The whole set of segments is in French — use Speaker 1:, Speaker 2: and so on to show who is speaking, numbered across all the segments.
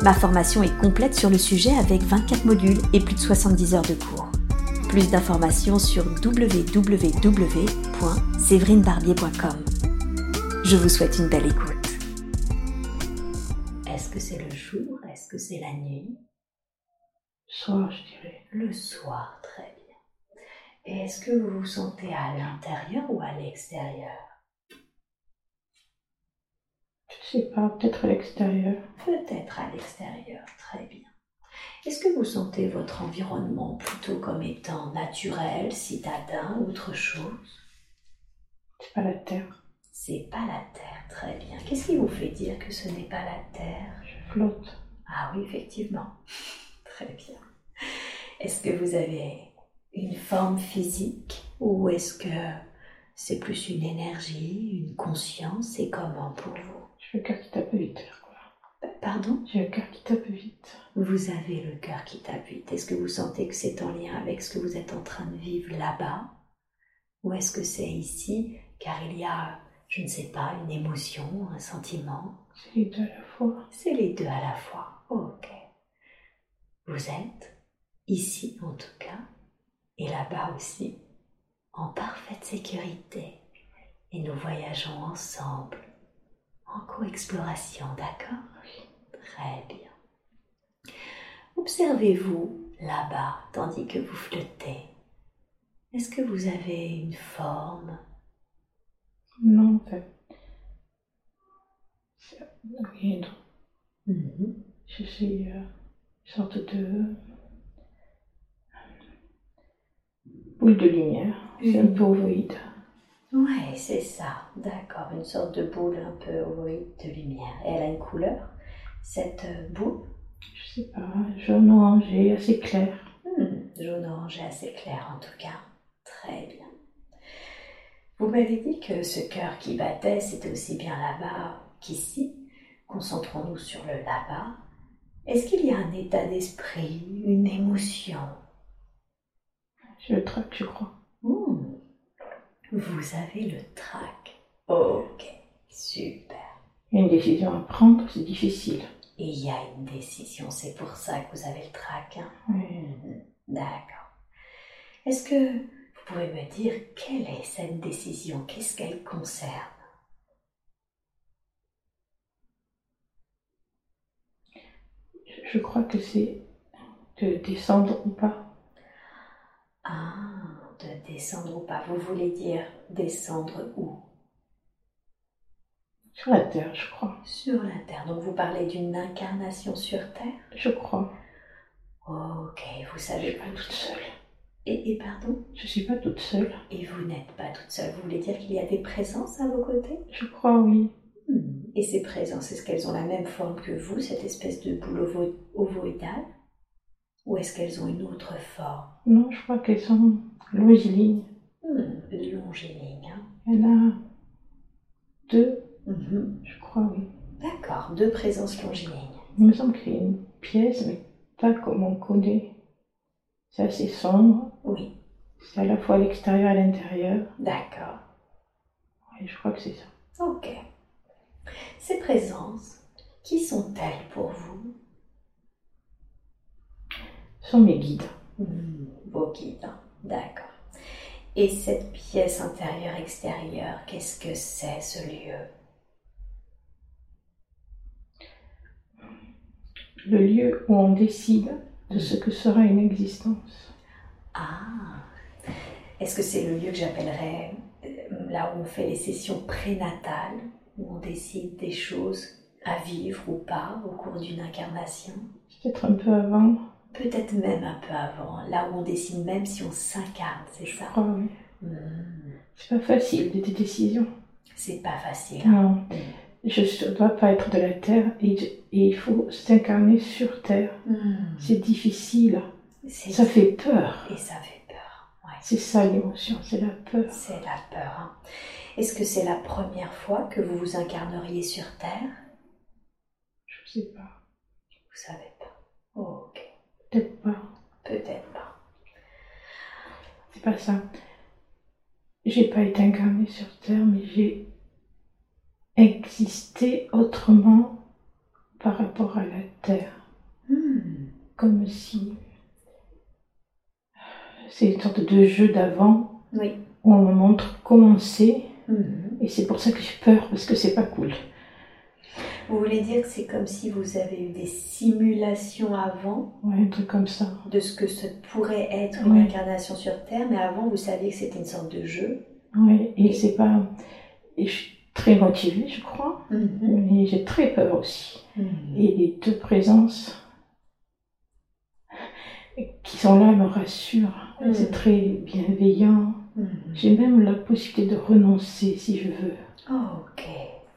Speaker 1: Ma formation est complète sur le sujet avec 24 modules et plus de 70 heures de cours. Plus d'informations sur www.séverinebarbier.com. Je vous souhaite une belle écoute. Est-ce que c'est le jour Est-ce que c'est la nuit
Speaker 2: Soir, je dirais.
Speaker 1: Le soir, très bien. Et est-ce que vous vous sentez à l'intérieur ou à l'extérieur
Speaker 2: Je sais pas, peut-être à l'extérieur.
Speaker 1: Peut-être à l'extérieur, très bien. Est-ce que vous sentez votre environnement plutôt comme étant naturel, citadin, autre chose
Speaker 2: C'est pas la terre.
Speaker 1: C'est pas la terre, très bien. Qu'est-ce qui vous fait dire que ce n'est pas la terre
Speaker 2: Je flotte.
Speaker 1: Ah oui, effectivement. Très bien. Est-ce que vous avez une forme physique ou est-ce que c'est plus une énergie, une conscience et comment pour vous
Speaker 2: J'ai le cœur qui tape vite. quoi.
Speaker 1: Pardon
Speaker 2: J'ai le cœur qui tape vite.
Speaker 1: Vous avez le cœur qui tape vite. Est-ce que vous sentez que c'est en lien avec ce que vous êtes en train de vivre là-bas Ou est-ce que c'est ici Car il y a, je ne sais pas, une émotion, un sentiment.
Speaker 2: C'est les deux à la fois.
Speaker 1: C'est les deux à la fois. Ok. Vous êtes, ici en tout cas, et là-bas aussi, en parfaite sécurité. Et nous voyageons ensemble, en co-exploration, d'accord Très bien. Observez-vous là-bas tandis que vous flottez. Est-ce que vous avez une forme
Speaker 2: Non, en fait. C'est- Oui, non.
Speaker 1: Mhm.
Speaker 2: Je suis euh, une sorte de. euh, boule de lumière. C'est un peu ovoïde.
Speaker 1: Oui, c'est ça, d'accord. Une sorte de boule un peu ovoïde de lumière. Et elle a une couleur, cette euh, boule
Speaker 2: Je sais pas, jaune orangé, assez clair.
Speaker 1: Hmm, jaune orangé assez clair en tout cas. Très bien. Vous m'avez dit que ce cœur qui battait, c'était aussi bien là-bas qu'ici. Concentrons-nous sur le là-bas. Est-ce qu'il y a un état d'esprit, une émotion
Speaker 2: Je le traque, je crois.
Speaker 1: Hmm. Vous avez le trac. Ok, super.
Speaker 2: Il y a une décision à prendre, c'est difficile.
Speaker 1: Et il y a une décision, c'est pour ça que vous avez le trac. hein
Speaker 2: Oui.
Speaker 1: Mhm, D'accord. Est-ce que vous pouvez me dire quelle est cette décision Qu'est-ce qu'elle concerne
Speaker 2: Je crois que c'est de descendre ou pas.
Speaker 1: Ah, de descendre ou pas Vous voulez dire descendre où
Speaker 2: Sur la terre, je crois.
Speaker 1: Sur la Terre. Donc vous parlez d'une incarnation sur Terre
Speaker 2: Je crois.
Speaker 1: Ok, vous
Speaker 2: Je
Speaker 1: savez
Speaker 2: suis pas toute seule.
Speaker 1: Et, et pardon
Speaker 2: Je suis pas toute seule.
Speaker 1: Et vous n'êtes pas toute seule. Vous voulez dire qu'il y a des présences à vos côtés
Speaker 2: Je crois, oui.
Speaker 1: Hmm. Et ces présences, est-ce qu'elles ont la même forme que vous, cette espèce de boule ovo- ovoïdale Ou est-ce qu'elles ont une autre forme
Speaker 2: Non, je crois qu'elles sont longilignes.
Speaker 1: Hmm, longiligne. hein.
Speaker 2: Il y en a deux,
Speaker 1: Mm-hmm.
Speaker 2: je crois, oui.
Speaker 1: D'accord, deux présences longilignes.
Speaker 2: Il me semble qu'il y a une pièce, mais pas comme on connaît. C'est assez sombre.
Speaker 1: Oui,
Speaker 2: C'est à la fois à l'extérieur et à l'intérieur.
Speaker 1: d'accord.
Speaker 2: Et je crois que c'est ça.
Speaker 1: Ok. Ces présences, qui sont-elles pour vous
Speaker 2: Ce sont mes guides.
Speaker 1: Hmm, Vos guides. hein. D'accord. Et cette pièce intérieure-extérieure, qu'est-ce que c'est ce lieu
Speaker 2: Le lieu où on décide de ce que sera une existence.
Speaker 1: Ah Est-ce que c'est le lieu que j'appellerais euh, là où on fait les sessions prénatales, où on décide des choses à vivre ou pas au cours d'une incarnation
Speaker 2: Peut-être un peu avant.
Speaker 1: Peut-être même un peu avant, là où on décide même si on s'incarne, c'est
Speaker 2: Je
Speaker 1: ça
Speaker 2: crois, oui.
Speaker 1: Hmm,
Speaker 2: C'est pas facile des des décisions.
Speaker 1: C'est pas facile.
Speaker 2: Non. Je ne dois pas être de la terre et, je- et il faut s'incarner sur terre.
Speaker 1: Hmm,
Speaker 2: C'est difficile.
Speaker 1: C'est-
Speaker 2: Ça fait peur.
Speaker 1: Et ça fait peur. ouais.
Speaker 2: C'est ça l'émotion, c'est la peur.
Speaker 1: C'est la peur. hein. Est-ce que c'est la première fois que vous vous incarneriez sur Terre
Speaker 2: Je sais pas.
Speaker 1: Vous savez pas. Oh, ok.
Speaker 2: Peut-être pas.
Speaker 1: Peut-être pas.
Speaker 2: C'est pas ça. J'ai pas été incarnée sur Terre, mais j'ai existé autrement par rapport à la Terre.
Speaker 1: Hmm.
Speaker 2: Comme si. C'est une sorte de jeu d'avant
Speaker 1: Oui.
Speaker 2: où on me montre comment c'est,
Speaker 1: Mhm.
Speaker 2: et c'est pour ça que j'ai peur, parce que c'est pas cool.
Speaker 1: Vous voulez dire que c'est comme si vous avez eu des simulations avant
Speaker 2: Ouais, un truc comme ça.
Speaker 1: de ce que ce pourrait être une
Speaker 2: Oui.
Speaker 1: incarnation sur Terre, mais avant vous saviez que c'était une sorte de jeu.
Speaker 2: Ouais, et c'est pas. Et je suis très motivée, je crois, mais j'ai très peur aussi.
Speaker 1: Mhm.
Speaker 2: Et les deux présences qui sont là me rassurent.
Speaker 1: Mm.
Speaker 2: C'est très bienveillant.
Speaker 1: Mhm.
Speaker 2: J'ai même la possibilité de renoncer si je veux.
Speaker 1: Oh, ok.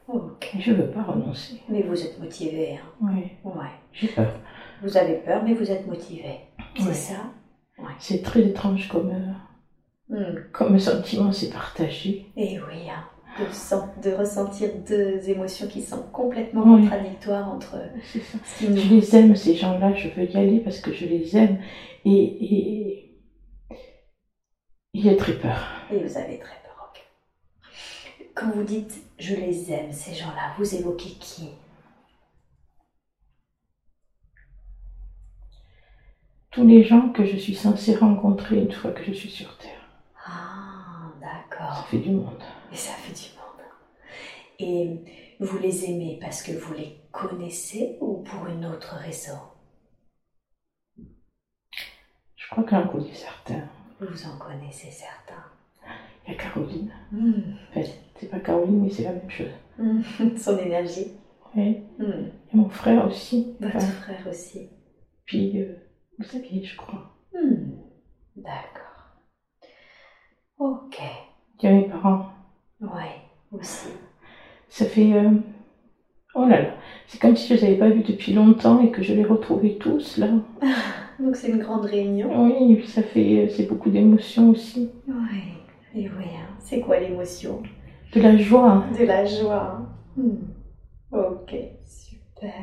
Speaker 1: Ok.
Speaker 2: Et je veux pas renoncer.
Speaker 1: Mais vous êtes motivé. hein.
Speaker 2: Ouais,
Speaker 1: Ouais.
Speaker 2: j'ai peur.
Speaker 1: Vous avez peur, mais vous êtes motivé. C'est
Speaker 2: Ouais.
Speaker 1: ça
Speaker 2: C'est très étrange comme, euh,
Speaker 1: Hmm.
Speaker 2: comme sentiment, c'est partagé.
Speaker 1: Et oui, hein, de, sen- de ressentir deux émotions qui sont complètement
Speaker 2: Oui.
Speaker 1: contradictoires entre
Speaker 2: C'est ça.
Speaker 1: ce qui
Speaker 2: Je
Speaker 1: nous...
Speaker 2: les aime, ces gens-là, je veux y aller parce que je les aime. Et, et... il y a très peur.
Speaker 1: Et vous avez très peur, ok. Quand vous dites « je les aime, ces gens-là », vous évoquez qui
Speaker 2: Tous les gens que je suis censée rencontrer une fois que je suis sur Terre.
Speaker 1: Ah,
Speaker 2: Ça
Speaker 1: d'accord.
Speaker 2: fait du monde.
Speaker 1: Et ça fait du monde. Et vous les aimez parce que vous les connaissez ou pour une autre raison
Speaker 2: Je crois qu'un coup du certain.
Speaker 1: Vous en connaissez certains.
Speaker 2: Il y a Caroline.
Speaker 1: Hmm.
Speaker 2: Enfin, c'est pas Caroline, mais c'est la même chose.
Speaker 1: Hmm. Son énergie.
Speaker 2: Ouais.
Speaker 1: Hmm.
Speaker 2: Et mon frère aussi.
Speaker 1: Votre
Speaker 2: Enfin,
Speaker 1: frère aussi.
Speaker 2: puis, euh, vous savez, je crois.
Speaker 1: Hmm, D'accord. Ok.
Speaker 2: Il y a mes parents.
Speaker 1: Ouais, aussi.
Speaker 2: Ça fait. euh, Oh là là. C'est comme si je les avais pas vus depuis longtemps et que je les retrouvais tous, là.
Speaker 1: Donc c'est une grande réunion.
Speaker 2: Oui, et puis ça fait. euh, C'est beaucoup d'émotion aussi.
Speaker 1: Ouais. Et oui, hein. c'est quoi l'émotion
Speaker 2: De la joie.
Speaker 1: De la joie. hein. Hmm. Ok, super.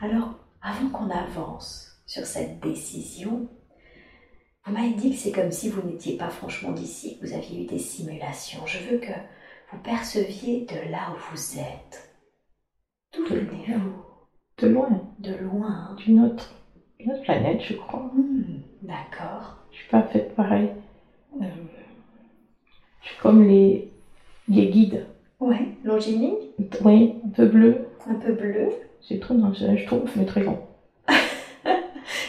Speaker 1: Alors, avant qu'on avance sur cette décision, vous m'avez dit que c'est comme si vous n'étiez pas franchement d'ici, que vous aviez eu des simulations. Je veux que vous perceviez de là où vous êtes. D'où
Speaker 2: De
Speaker 1: venez-vous
Speaker 2: De loin.
Speaker 1: De loin. hein.
Speaker 2: D'une autre. Une autre planète, je crois.
Speaker 1: Hmm, D'accord.
Speaker 2: Je suis pas faite pareil. Euh, Je suis comme les. Les guides.
Speaker 1: Ouais, longiligne,
Speaker 2: Oui, un peu bleu.
Speaker 1: un peu bleu,
Speaker 2: C'est trop dans un schtroumpf, mais très grand.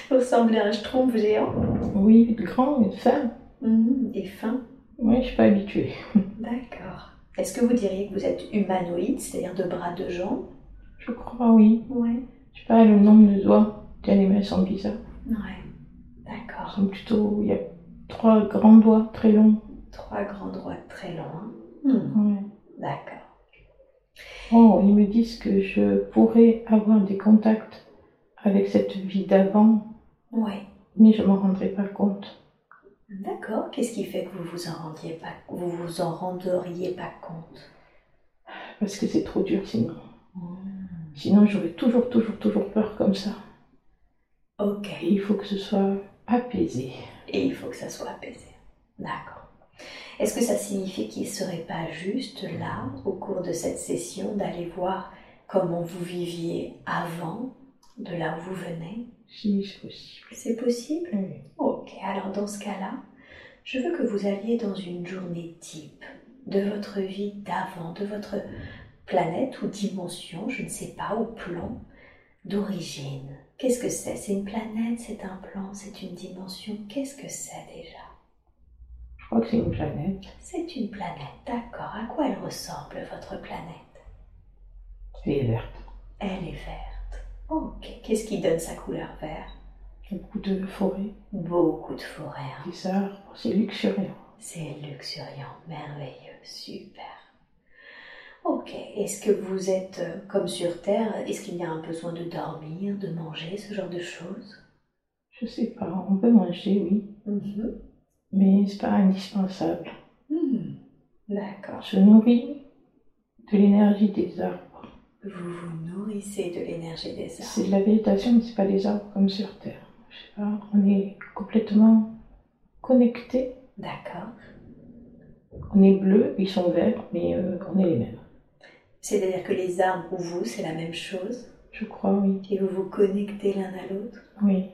Speaker 1: vous ressemblez à un schtroumpf géant.
Speaker 2: Oui, grand, mais fin.
Speaker 1: Hmm, et fin.
Speaker 2: Oui, je suis pas habituée.
Speaker 1: D'accord. Est-ce que vous diriez que vous êtes humanoïde, c'est-à-dire de bras, de jambes
Speaker 2: Je crois, oui.
Speaker 1: Ouais.
Speaker 2: Je sais pas, le nombre de doigts. Tiens, les mains sont bizarres.
Speaker 1: Ouais.
Speaker 2: Elles
Speaker 1: D'accord.
Speaker 2: sont plutôt... Il y a trois grands doigts, très longs.
Speaker 1: Trois grands doigts très longs. hein. Hmm,
Speaker 2: Ouais.
Speaker 1: D'accord.
Speaker 2: Oh, ils me disent que je pourrais avoir des contacts avec cette vie d'avant,
Speaker 1: Ouais.
Speaker 2: mais je m'en rendrai pas compte.
Speaker 1: D'accord. Qu'est-ce qui fait que vous vous en rendiez pas, vous vous en renderiez pas compte
Speaker 2: Parce que c'est trop dur sinon.
Speaker 1: Hmm.
Speaker 2: Sinon, j'aurais toujours, toujours, toujours peur comme ça.
Speaker 1: Ok.
Speaker 2: Et il faut que ce soit apaisé.
Speaker 1: et il faut que ça soit apaisé. D'accord. Est-ce que ça signifie qu'il ne serait pas juste là, au cours de cette session, d'aller voir comment vous viviez avant, de là où vous venez
Speaker 2: Si c'est possible.
Speaker 1: C'est possible
Speaker 2: Oui.
Speaker 1: Ok, alors dans ce cas-là, je veux que vous alliez dans une journée type de votre vie d'avant, de votre planète ou dimension, je ne sais pas, ou plan d'origine. Qu'est-ce que c'est C'est une planète, c'est un plan, c'est une dimension. Qu'est-ce que c'est déjà
Speaker 2: Je crois que c'est une planète.
Speaker 1: C'est une planète, d'accord. À quoi elle ressemble, votre planète
Speaker 2: Elle est verte.
Speaker 1: Elle est verte. Ok, qu'est-ce qui donne sa couleur verte
Speaker 2: Il y a beaucoup de forêts,
Speaker 1: Beaucoup de forêts. hein.
Speaker 2: des arbres, c'est luxuriant.
Speaker 1: C'est luxuriant, merveilleux, super. Ok, est-ce que vous êtes euh, comme sur Terre Est-ce qu'il y a un besoin de dormir, de manger, ce genre de choses
Speaker 2: Je sais pas, on peut manger, oui,
Speaker 1: Mhm.
Speaker 2: mais c'est pas indispensable.
Speaker 1: Mhm. D'accord.
Speaker 2: Je nourris de l'énergie des arbres.
Speaker 1: Vous vous nourrissez de l'énergie des arbres.
Speaker 2: C'est de la végétation, mais c'est pas des arbres comme sur Terre. Je sais pas, on est complètement connectés.
Speaker 1: D'accord.
Speaker 2: On est bleu, ils sont verts, mais euh, on est les mêmes.
Speaker 1: C'est-à-dire que les arbres ou vous, c'est la même chose
Speaker 2: Je crois, oui.
Speaker 1: et vous vous connectez l'un à l'autre.
Speaker 2: Oui.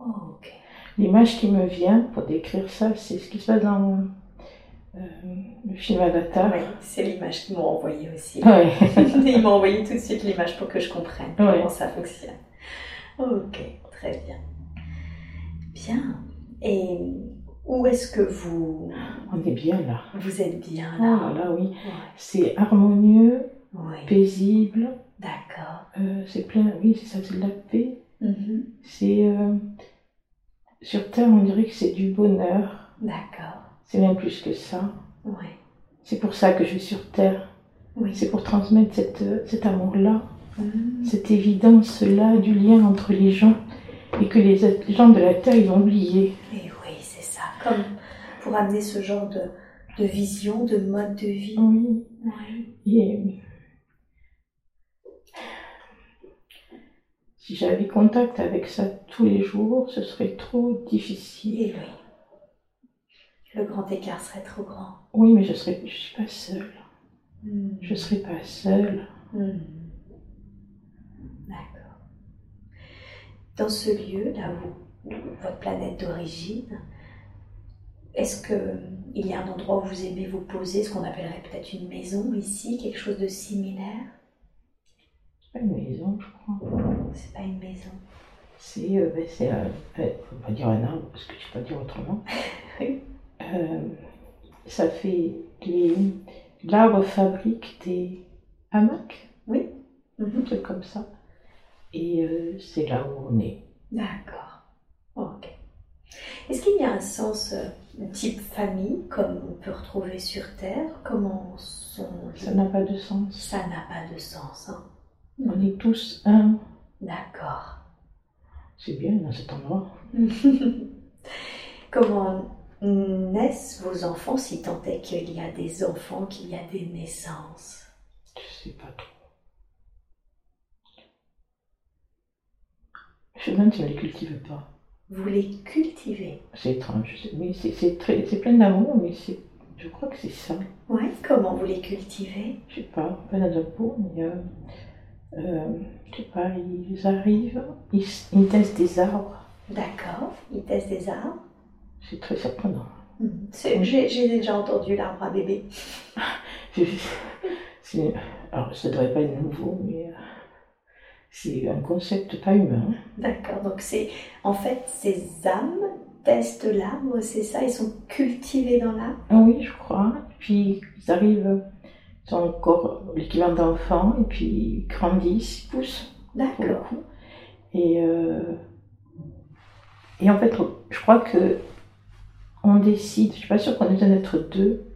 Speaker 1: Oh, ok.
Speaker 2: L'image qui me vient pour décrire ça, c'est ce qui se passe dans euh, le film Avatar.
Speaker 1: Ah Oui, c'est l'image qu'ils m'ont envoyée aussi.
Speaker 2: Ouais.
Speaker 1: Ils m'ont envoyé tout de suite l'image pour que je comprenne
Speaker 2: Ouais.
Speaker 1: comment ça fonctionne. Ok, très bien. Bien. Et où est-ce que vous
Speaker 2: On est bien là.
Speaker 1: vous êtes bien là
Speaker 2: Ah là oui.
Speaker 1: Ouais.
Speaker 2: C'est harmonieux,
Speaker 1: Oui,
Speaker 2: paisible.
Speaker 1: d'accord.
Speaker 2: euh, c'est plein. Oui, c'est ça, c'est de la paix.
Speaker 1: Mhm,
Speaker 2: C'est euh, sur Terre, on dirait que c'est du bonheur.
Speaker 1: D'accord.
Speaker 2: C'est même plus que ça.
Speaker 1: Oui.
Speaker 2: C'est pour ça que je suis sur Terre.
Speaker 1: Oui.
Speaker 2: C'est pour transmettre cette, euh, cet amour-là,
Speaker 1: Mhm.
Speaker 2: cette évidence-là du lien entre les gens et que les, autres- les gens de la Terre ils ont oublié.
Speaker 1: Et oui, c'est ça. Comme pour amener ce genre de, de vision, de mode de vie.
Speaker 2: Oui.
Speaker 1: Oui.
Speaker 2: Et euh, si j'avais contact avec ça tous les jours, ce serait trop difficile.
Speaker 1: Et oui. Le grand écart serait trop grand.
Speaker 2: Oui, mais je serais, je suis pas seule.
Speaker 1: Mhm.
Speaker 2: Je serais pas seule.
Speaker 1: Hmm. D'accord. Dans ce lieu, là où où votre planète d'origine, est-ce que euh, il y a un endroit où vous aimez vous poser, ce qu'on appellerait peut-être une maison ici, quelque chose de similaire
Speaker 2: C'est pas une maison, je crois.
Speaker 1: C'est pas une maison.
Speaker 2: C'est, euh, ben, c'est, un- euh, faut pas dire un arbre parce que je peux pas dire autrement.
Speaker 1: Oui.
Speaker 2: Euh, ça fait les, l'arbre fabrique des hamacs, un truc comme ça. Et euh, c'est là où on est.
Speaker 1: D'accord. Ok. Est-ce qu'il y a un sens euh, type famille, comme on peut retrouver sur Terre Comment sont
Speaker 2: Ça n'a pas de sens.
Speaker 1: Ça n'a pas de sens. hein.
Speaker 2: On est tous un.
Speaker 1: D'accord.
Speaker 2: C'est bien dans cet endroit.
Speaker 1: Comment naissent vos enfants si tant est qu'il y a des enfants, qu'il y a des naissances
Speaker 2: Je sais pas trop. Je sais même si on les cultive pas.
Speaker 1: Vous les cultivez
Speaker 2: C'est étrange, je sais. mais c'est- c'est très, c'est plein d'amour, mais c'est, je crois que c'est ça.
Speaker 1: Ouais, comment vous les cultivez
Speaker 2: Je sais pas, pas dans un pot, mais euh, euh, je sais pas, ils arrivent, ils, s- ils testent des arbres.
Speaker 1: D'accord, ils testent des arbres.
Speaker 2: C'est très surprenant.
Speaker 1: Mhm. C'est- J'ai j'ai déjà entendu l'arbre à bébé.
Speaker 2: Je- je- c'est- alors, ça devrait pas être nouveau, mais euh, c'est un concept pas humain.
Speaker 1: D'accord, donc c'est en fait ces âmes testent l'arbre, c'est ça, ils sont cultivés dans l'arbre.
Speaker 2: Ah oui, je crois. Et puis ils arrivent, ils sont encore l'équivalent d'enfants, et puis ils grandissent, ils poussent pour le
Speaker 1: D'accord.
Speaker 2: coup. Et, euh, et en fait, je crois que on décide, je suis pas sûre qu'on ait besoin d'être deux,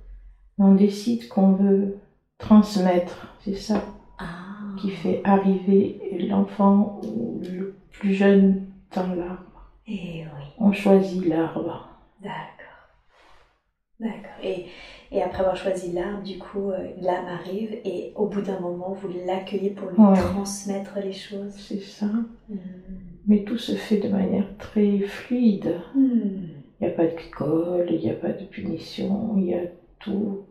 Speaker 2: mais on décide qu'on veut transmettre. C'est ça
Speaker 1: Ah,
Speaker 2: qui fait arriver l'enfant ou le plus jeune dans l'arbre.
Speaker 1: Ah. et oui.
Speaker 2: On choisit l'arbre.
Speaker 1: D'accord. D'accord. Et, et après avoir choisi l'arbre, du coup, euh, l'âme arrive et au bout d'un moment, vous l'accueillez pour lui
Speaker 2: Ouais.
Speaker 1: transmettre les choses.
Speaker 2: C'est ça.
Speaker 1: Hmm.
Speaker 2: Mais tout se fait de manière très fluide.
Speaker 1: Hmm.
Speaker 2: Il n'y a pas de colle, il n'y a pas de punition, il y a tout.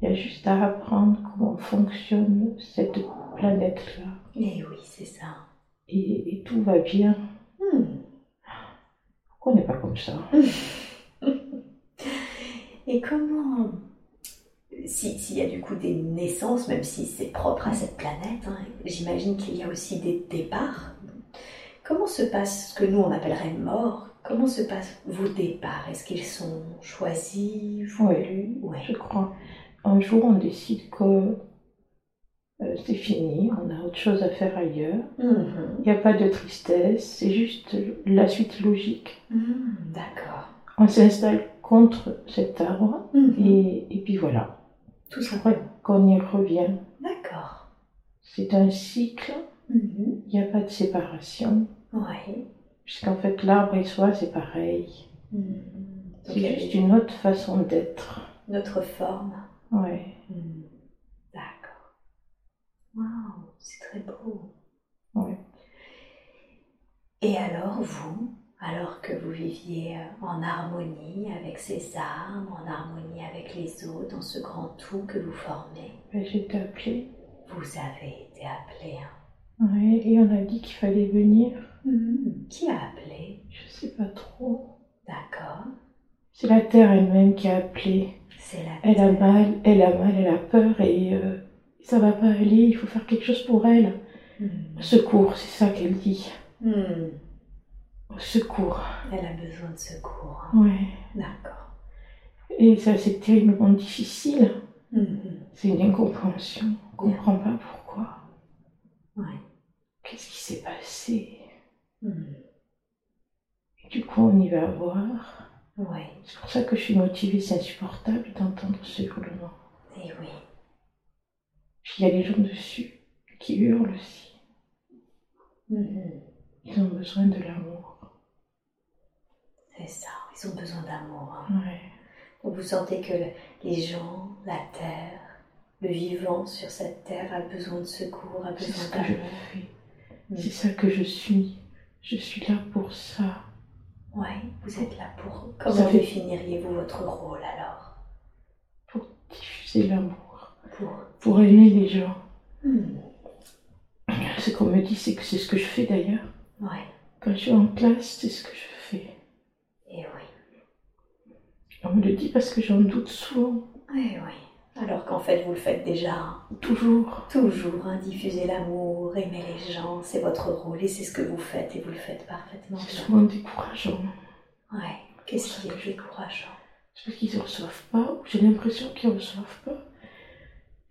Speaker 2: Il y a juste à apprendre comment fonctionne cette planète-là.
Speaker 1: Et Eh oui, c'est ça.
Speaker 2: Et, et tout va bien.
Speaker 1: Hmm.
Speaker 2: Pourquoi on n'est pas comme ça
Speaker 1: Et comment... si- S'il y a du coup des naissances, même si c'est propre à cette planète, hein, j'imagine qu'il y a aussi des départs. Comment se passe ce que nous on appellerait mort Comment se passent vos départs Est-ce qu'ils sont choisis, voulus Ouais.
Speaker 2: Je crois. Un jour, on décide que euh, c'est fini, on a autre chose à faire ailleurs.
Speaker 1: Mhm.
Speaker 2: Il n'y a pas de tristesse, c'est juste la suite logique.
Speaker 1: Mhm, D'accord.
Speaker 2: On s'installe contre cet arbre
Speaker 1: Mhm.
Speaker 2: et, et puis voilà.
Speaker 1: Tout
Speaker 2: Je
Speaker 1: ça.
Speaker 2: crois qu'on y revient.
Speaker 1: D'accord.
Speaker 2: C'est un cycle,
Speaker 1: Mhm.
Speaker 2: Mm-hmm. il n'y a pas de séparation.
Speaker 1: Ouais.
Speaker 2: Puisqu'en fait, l'arbre et soi, c'est pareil.
Speaker 1: Hmm. Donc,
Speaker 2: C'est juste une autre façon d'être.
Speaker 1: Notre forme.
Speaker 2: Ouais.
Speaker 1: Hmm. D'accord. Waouh, c'est très beau.
Speaker 2: Ouais.
Speaker 1: Et alors vous, alors que vous viviez euh, en harmonie avec ces arbres, en harmonie avec les eaux, dans ce grand tout que vous formez,
Speaker 2: Ben, J'ai été appelée.
Speaker 1: vous avez été appelé. hein.
Speaker 2: Ouais. Et on a dit qu'il fallait venir.
Speaker 1: Qui a appelé
Speaker 2: Je sais pas trop.
Speaker 1: D'accord.
Speaker 2: C'est la terre elle-même qui a appelé.
Speaker 1: C'est la
Speaker 2: Elle a mal, elle a mal, elle a peur et euh, ça va pas aller. Il faut faire quelque chose pour elle.
Speaker 1: Hmm.
Speaker 2: Au secours, c'est ça qu'elle dit.
Speaker 1: Hmm.
Speaker 2: Au secours.
Speaker 1: Elle a besoin de secours. hein.
Speaker 2: Ouais.
Speaker 1: D'accord.
Speaker 2: Et ça, c'est terriblement difficile.
Speaker 1: Mhm.
Speaker 2: C'est une incompréhension. On comprend pas pourquoi.
Speaker 1: Ouais.
Speaker 2: Qu'est-ce qui s'est passé
Speaker 1: Hmm.
Speaker 2: Et du coup, on y va voir.
Speaker 1: Ouais.
Speaker 2: C'est pour ça que je suis motivée. C'est insupportable d'entendre ce hurlement.
Speaker 1: Et eh oui.
Speaker 2: Puis il y a les gens dessus qui hurlent aussi.
Speaker 1: Mhm.
Speaker 2: Ils ont besoin de l'amour.
Speaker 1: C'est ça. Ils ont besoin d'amour. hein.
Speaker 2: Ouais.
Speaker 1: Donc, Vous sentez que le- les gens, la terre, le vivant sur cette terre a besoin de secours, a
Speaker 2: C'est ce
Speaker 1: besoin
Speaker 2: que je
Speaker 1: d'amour.
Speaker 2: fais.
Speaker 1: Mm.
Speaker 2: C'est ça que je suis. Je suis là pour ça.
Speaker 1: Ouais, vous êtes là pour.
Speaker 2: Ça
Speaker 1: Comment
Speaker 2: fait-
Speaker 1: définiriez-vous votre rôle alors
Speaker 2: Pour diffuser l'amour.
Speaker 1: Pour.
Speaker 2: Pour aimer les gens.
Speaker 1: Hmm.
Speaker 2: Ce qu'on me dit, c'est que c'est ce que je fais d'ailleurs.
Speaker 1: Ouais.
Speaker 2: Quand je suis en classe, c'est ce que je fais.
Speaker 1: Et eh oui.
Speaker 2: On me le dit parce que j'en doute souvent.
Speaker 1: Et Eh oui. Alors qu'en fait, vous le faites déjà. hein.
Speaker 2: Toujours.
Speaker 1: Toujours hein, diffuser l'amour, aimer les gens, c'est votre rôle et c'est ce que vous faites et vous le faites parfaitement
Speaker 2: C'est
Speaker 1: bien.
Speaker 2: souvent décourageant.
Speaker 1: Ouais. Qu'est-ce qui est décourageant
Speaker 2: C'est parce qu'ils ne reçoivent pas, ou j'ai l'impression qu'ils ne reçoivent pas.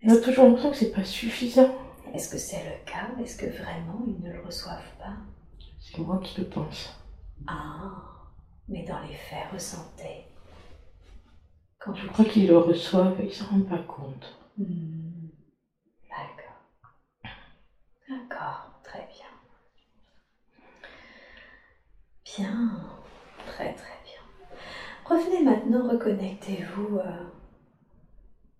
Speaker 2: On a
Speaker 1: Est-ce
Speaker 2: toujours l'impression que c'est pas suffisant.
Speaker 1: est-ce que c'est le cas Est-ce que vraiment ils ne le reçoivent pas
Speaker 2: C'est moi qui le pense.
Speaker 1: Ah, mais dans les faits, ressentez. Quand
Speaker 2: Je
Speaker 1: vous
Speaker 2: crois
Speaker 1: dites-
Speaker 2: qu'ils le reçoivent, ils ne s'en rendent pas compte.
Speaker 1: Hmm, D'accord. D'accord, très bien. Bien, très très bien. Revenez maintenant, reconnectez-vous euh,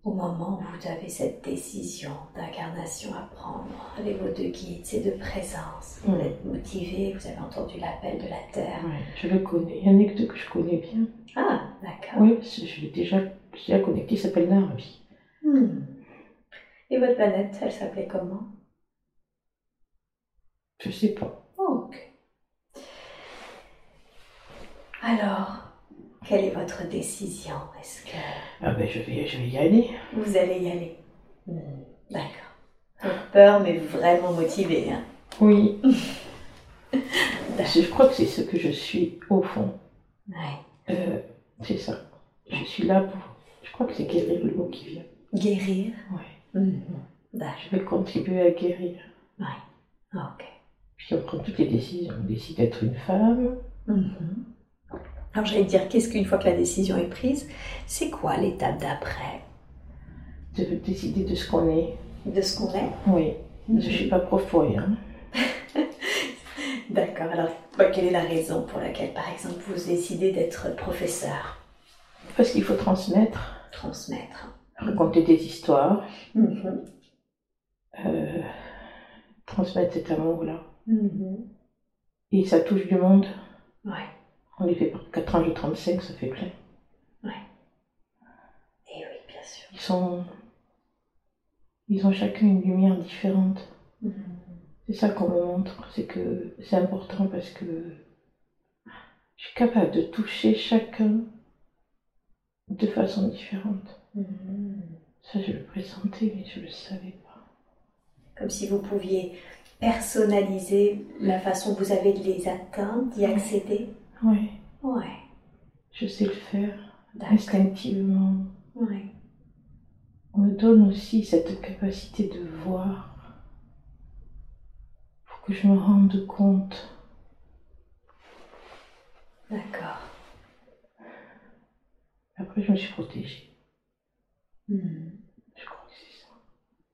Speaker 1: au moment où vous avez cette décision d'incarnation à prendre avec vos deux guides, ces deux présences. Vous
Speaker 2: Mm.
Speaker 1: êtes motivé, vous avez entendu l'appel de la Terre.
Speaker 2: Ouais, je le connais. Il y en a que deux que je connais bien.
Speaker 1: Ah, d'accord.
Speaker 2: Oui, parce que je l'ai déjà, je l'ai déjà connecté, il s'appelle Narvi.
Speaker 1: Hmm. Et votre planète, elle s'appelait comment
Speaker 2: Je sais pas.
Speaker 1: Ok. Alors, quelle est votre décision Est-ce que
Speaker 2: Ah ben je vais, je vais y aller.
Speaker 1: vous allez y aller Hmm, D'accord. Donc peur, mais vraiment motivé. hein.
Speaker 2: Oui. Parce que je crois que c'est ce que je suis au fond.
Speaker 1: Ouais.
Speaker 2: Euh, c'est ça. Je suis là pour. Je crois que c'est guérir le mot qui vient.
Speaker 1: Guérir
Speaker 2: Ouais.
Speaker 1: Mhm. D'accord.
Speaker 2: Je vais contribuer à guérir.
Speaker 1: Ok.
Speaker 2: Puis on prend toutes les décisions. On décide d'être une femme.
Speaker 1: Mhm. Alors j'allais dire, qu'est-ce qu'une fois que la décision est prise, c'est quoi l'étape d'après
Speaker 2: De décider de ce qu'on est.
Speaker 1: de ce qu'on est
Speaker 2: Oui. Je suis pas prof pour rien.
Speaker 1: D'accord. Alors, bah, quelle est la raison pour laquelle, par exemple, vous décidez d'être professeur,
Speaker 2: Parce qu'il faut transmettre,
Speaker 1: transmettre
Speaker 2: raconter des histoires,
Speaker 1: Mhm.
Speaker 2: euh, transmettre cet amour-là.
Speaker 1: Mhm.
Speaker 2: Et ça touche du monde.
Speaker 1: Ouais.
Speaker 2: On les fait par 4 ans de 35, ça fait plein.
Speaker 1: Et Eh oui, bien sûr.
Speaker 2: Ils sont. Ils ont chacun une lumière différente.
Speaker 1: Mm-hmm.
Speaker 2: C'est ça qu'on me montre. C'est que c'est important parce que je suis capable de toucher chacun de façon différente.
Speaker 1: Mm-hmm.
Speaker 2: Ça, je le pressentais, mais je le savais pas.
Speaker 1: Comme si vous pouviez personnaliser la façon dont vous avez de les atteindre, d'y accéder.
Speaker 2: Ouais,
Speaker 1: Ouais,
Speaker 2: je sais le faire
Speaker 1: d'accord.
Speaker 2: instinctivement.
Speaker 1: Ouais.
Speaker 2: On me donne aussi cette capacité de voir pour que je me rende compte.
Speaker 1: D'accord.
Speaker 2: Après, je me suis protégée.
Speaker 1: Mhm.
Speaker 2: Je crois que c'est ça.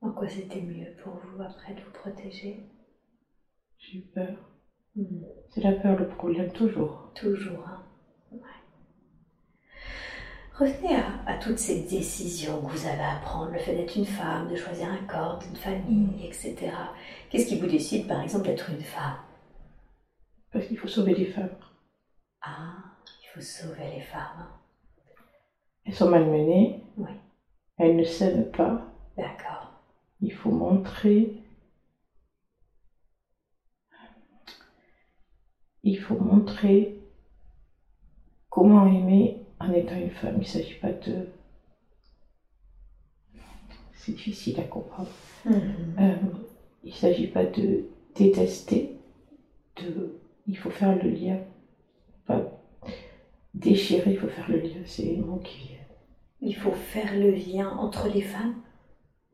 Speaker 1: En quoi c'était mieux pour vous après de vous protéger
Speaker 2: J'ai eu peur.
Speaker 1: Mhm.
Speaker 2: C'est la peur, le problème, toujours.
Speaker 1: Toujours. hein. Ouais. Revenez à, à toutes ces décisions que vous avez à prendre, le fait d'être une femme, de choisir un corps, d'une famille, etc. Qu'est-ce qui vous décide, par exemple, d'être une femme
Speaker 2: Parce qu'il faut sauver les femmes.
Speaker 1: Ah, il faut sauver les femmes. hein.
Speaker 2: Elles sont malmenées.
Speaker 1: Oui.
Speaker 2: Elles ne savent pas.
Speaker 1: D'accord.
Speaker 2: Il faut montrer. Il faut montrer comment aimer en étant une femme. Il ne s'agit pas de. C'est difficile à comprendre.
Speaker 1: Mhm.
Speaker 2: Euh, il ne s'agit pas de détester, de... il faut faire le lien. Pas déchirer, il faut faire le lien, c'est les mots qui viennent.
Speaker 1: Il faut faire le lien entre les femmes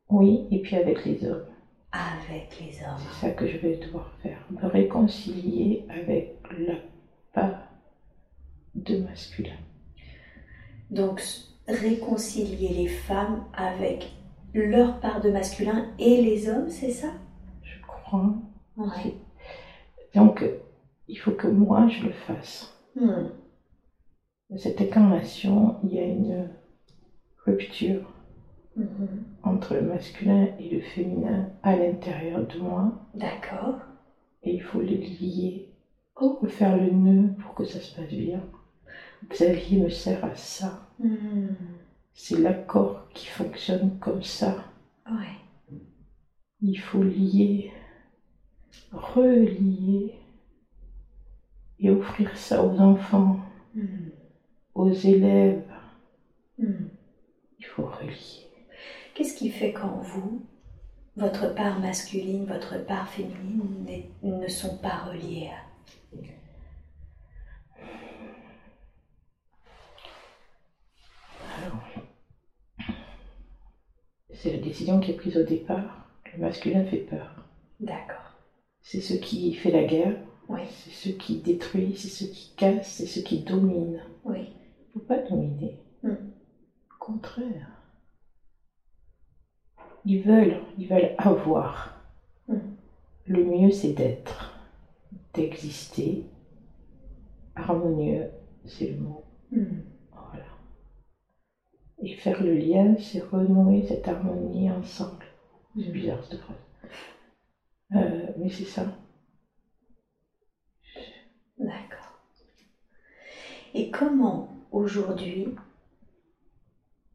Speaker 2: Oui, et puis avec les hommes,
Speaker 1: avec les hommes.
Speaker 2: c'est ça que je vais devoir faire. Me réconcilier avec la part de masculin.
Speaker 1: Donc, s- réconcilier les femmes avec leur part de masculin et les hommes, c'est ça
Speaker 2: Je crois.
Speaker 1: Ouais.
Speaker 2: Donc, il faut que moi, je le fasse.
Speaker 1: Hmm.
Speaker 2: Cette incarnation, il y a une rupture.
Speaker 1: Mhm.
Speaker 2: entre le masculin et le féminin à l'intérieur de moi
Speaker 1: D'accord.
Speaker 2: et il faut les lier, faut faire le nœud pour que ça se passe bien. Xavier me sert à ça.
Speaker 1: Hmm.
Speaker 2: C'est l'accord qui fonctionne comme ça.
Speaker 1: Ouais.
Speaker 2: Il faut lier, relier et offrir ça aux enfants,
Speaker 1: Hmm.
Speaker 2: aux élèves.
Speaker 1: Hmm.
Speaker 2: Il faut relier.
Speaker 1: Qu'est-ce qui fait qu'en vous, votre part masculine, votre part féminine n'est- ne sont pas reliées à-
Speaker 2: C'est la décision qui est prise au départ. Le masculin fait peur.
Speaker 1: D'accord.
Speaker 2: C'est ce qui fait la guerre,
Speaker 1: Oui.
Speaker 2: c'est ce qui détruit, c'est ce qui casse, c'est ce qui domine.
Speaker 1: Oui.
Speaker 2: Il ne faut pas dominer.
Speaker 1: Mm.
Speaker 2: Au contraire. Ils veulent, ils veulent avoir.
Speaker 1: Mm.
Speaker 2: Le mieux, c'est d'être, d'exister. Harmonieux, c'est le mot.
Speaker 1: Hmm.
Speaker 2: Voilà. Et faire le lien, c'est renouer cette harmonie ensemble. C'est
Speaker 1: Mhm.
Speaker 2: bizarre cette phrase. Euh, mais c'est ça.
Speaker 1: D'accord. Et comment aujourd'hui,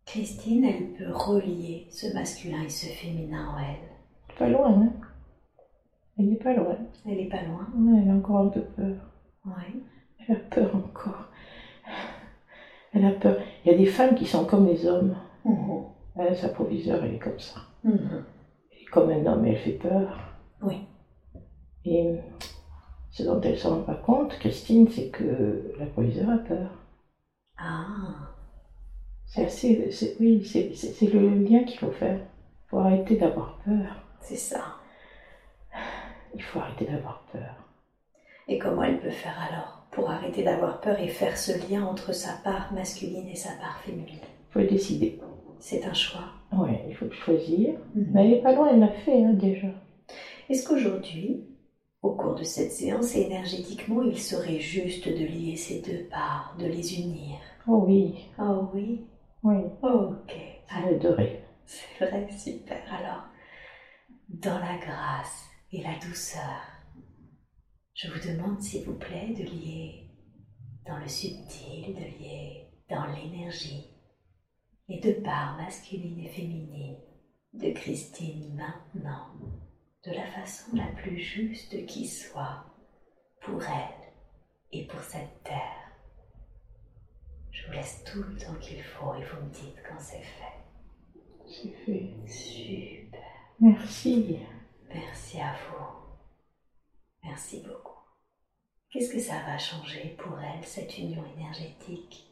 Speaker 1: Christine, elle peut relier ce masculin et ce féminin en elle
Speaker 2: Pas loin, hein Elle n'est pas loin.
Speaker 1: Elle est pas loin.
Speaker 2: Ouais, elle a encore un peu peur.
Speaker 1: Oui.
Speaker 2: Elle a peur encore. Elle a peur. Il y a des femmes qui sont comme les hommes.
Speaker 1: Mhm.
Speaker 2: Elle, sa proviseure, elle est comme ça.
Speaker 1: Mhm.
Speaker 2: Elle est comme un homme, elle fait peur.
Speaker 1: Oui.
Speaker 2: Et hum, ce dont elle ne se rend pas compte, Christine, c'est que la proviseure a peur.
Speaker 1: Ah.
Speaker 2: C'est assez. c'est- oui, c'est c'est- c'est le lien qu'il faut faire. Il faut arrêter d'avoir peur.
Speaker 1: C'est ça.
Speaker 2: Il faut arrêter d'avoir peur.
Speaker 1: Et comment elle peut faire alors pour arrêter d'avoir peur et faire ce lien entre sa part masculine et sa part féminine
Speaker 2: Il faut le décider.
Speaker 1: C'est un choix.
Speaker 2: Ouais, il faut le choisir.
Speaker 1: Mhm.
Speaker 2: Mais elle n'est pas loin, elle l'a fait hein, déjà.
Speaker 1: Est-ce qu'aujourd'hui, au cours de cette séance, énergétiquement, il serait juste de lier ces deux parts, de les unir
Speaker 2: Oh oui,
Speaker 1: Oh oui,
Speaker 2: oui,
Speaker 1: Ok, Ah,
Speaker 2: j'ai adoré.
Speaker 1: c'est vrai, super. Alors, dans la grâce et la douceur, je vous demande s'il vous plaît de lier dans le subtil, de lier dans l'énergie, les deux parts masculine et féminine de Christine maintenant, de la façon la plus juste qui soit, pour elle et pour cette terre. Je vous laisse tout le temps qu'il faut et vous me dites quand c'est fait.
Speaker 2: C'est fait.
Speaker 1: Super.
Speaker 2: Merci.
Speaker 1: Merci à vous. Merci beaucoup. Qu'est-ce que ça va changer pour elle, cette union énergétique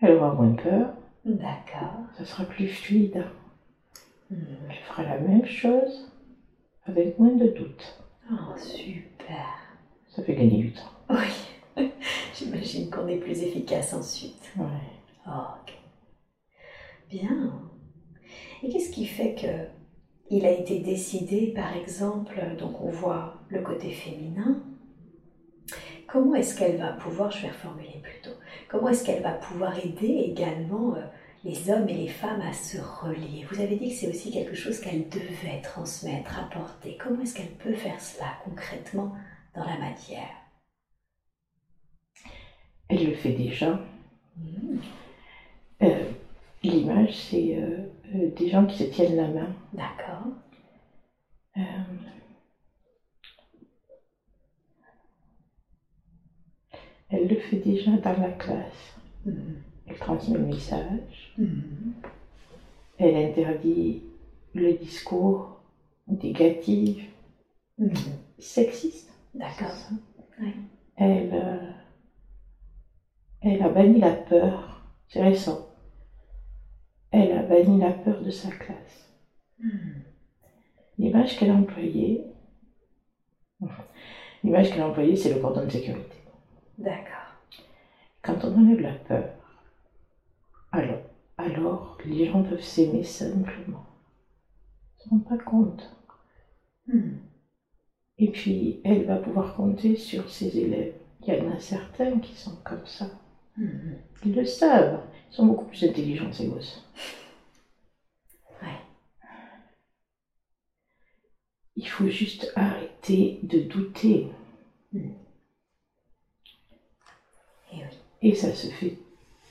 Speaker 2: Elle aura moins peur,
Speaker 1: D'accord.
Speaker 2: ça sera plus fluide.
Speaker 1: Hmm.
Speaker 2: Elle fera la même chose avec moins de doute.
Speaker 1: Oh, super.
Speaker 2: Ça fait gagner du temps.
Speaker 1: Oui. J'imagine qu'on est plus efficace ensuite.
Speaker 2: Ouais.
Speaker 1: Ah, Oh, ok. Bien. Et qu'est-ce qui fait que il a été décidé, par exemple, donc on voit le côté féminin, comment est-ce qu'elle va pouvoir, je vais reformuler plutôt, comment est-ce qu'elle va pouvoir aider également euh, les hommes et les femmes à se relier Vous avez dit que c'est aussi quelque chose qu'elle devait transmettre, apporter. Comment est-ce qu'elle peut faire cela concrètement dans la matière
Speaker 2: Elle le fait déjà.
Speaker 1: Mhm.
Speaker 2: Euh, L'image, c'est euh, euh, des gens qui se tiennent la main.
Speaker 1: D'accord.
Speaker 2: Euh, Elle le fait déjà dans la classe.
Speaker 1: Mhm.
Speaker 2: Elle transmet le message.
Speaker 1: Mhm.
Speaker 2: Elle interdit le discours négatif,
Speaker 1: Mhm.
Speaker 2: sexiste.
Speaker 1: D'accord.
Speaker 2: C'est ça.
Speaker 1: Oui.
Speaker 2: Elle, euh, elle a banni la peur. C'est récent. Elle a banni la peur de sa classe.
Speaker 1: Mhm.
Speaker 2: L'image qu'elle a employée, l'image qu'elle a employée, c'est le cordon de sécurité.
Speaker 1: D'accord.
Speaker 2: Quand on enlève la peur, alors, alors les gens peuvent s'aimer simplement. Ils ne se rendent pas compte.
Speaker 1: Mhm.
Speaker 2: Et puis, elle va pouvoir compter sur ses élèves. Il y en a certains qui sont comme ça.
Speaker 1: Mhm.
Speaker 2: Ils le savent. Ils sont beaucoup plus intelligents, ces gosses.
Speaker 1: Ouais.
Speaker 2: Il faut juste arrêter de douter.
Speaker 1: Mm. Et oui.
Speaker 2: Et ça se fait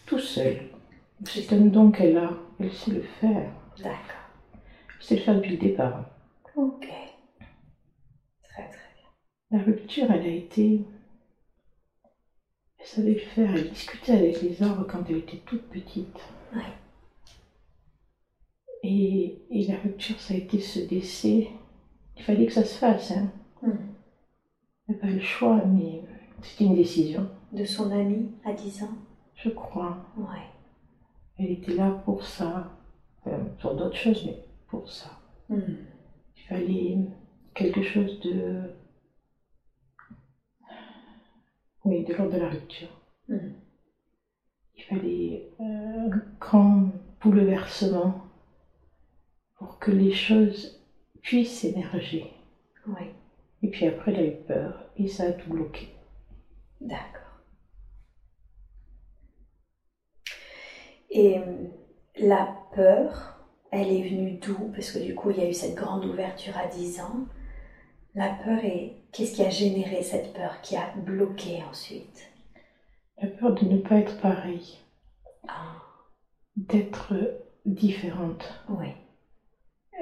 Speaker 2: tout seul. C'est un don qu'elle a. Elle sait le faire.
Speaker 1: D'accord.
Speaker 2: Elle sait le faire depuis le départ.
Speaker 1: Ok. Très très bien.
Speaker 2: La rupture, elle a été. Elle savait le faire. Elle discutait avec les arbres quand elle était toute petite.
Speaker 1: Ouais.
Speaker 2: Et, et la rupture, ça a été ce décès. Il fallait que ça se fasse. Hein.
Speaker 1: Mhm.
Speaker 2: Elle pas le choix, mais c'était une décision,
Speaker 1: De son ami à 10 ans
Speaker 2: je crois.
Speaker 1: Ouais.
Speaker 2: Elle était là pour ça. Enfin, pour d'autres choses, mais pour ça.
Speaker 1: Mhm.
Speaker 2: Il fallait quelque chose de. Oui, de l'ordre de la rupture.
Speaker 1: Mhm.
Speaker 2: Il fallait euh, un grand bouleversement pour que les choses puissent s'émerger.
Speaker 1: Ouais.
Speaker 2: Et puis après, elle a eu peur et ça a tout bloqué.
Speaker 1: D'accord. Et euh, la peur, elle est venue d'où Parce que du coup, il y a eu cette grande ouverture à 10 ans. La peur est. Qu'est-ce qui a généré cette peur qui a bloqué ensuite
Speaker 2: La peur de ne pas être pareille,
Speaker 1: Ah,
Speaker 2: d'être différente.
Speaker 1: oui.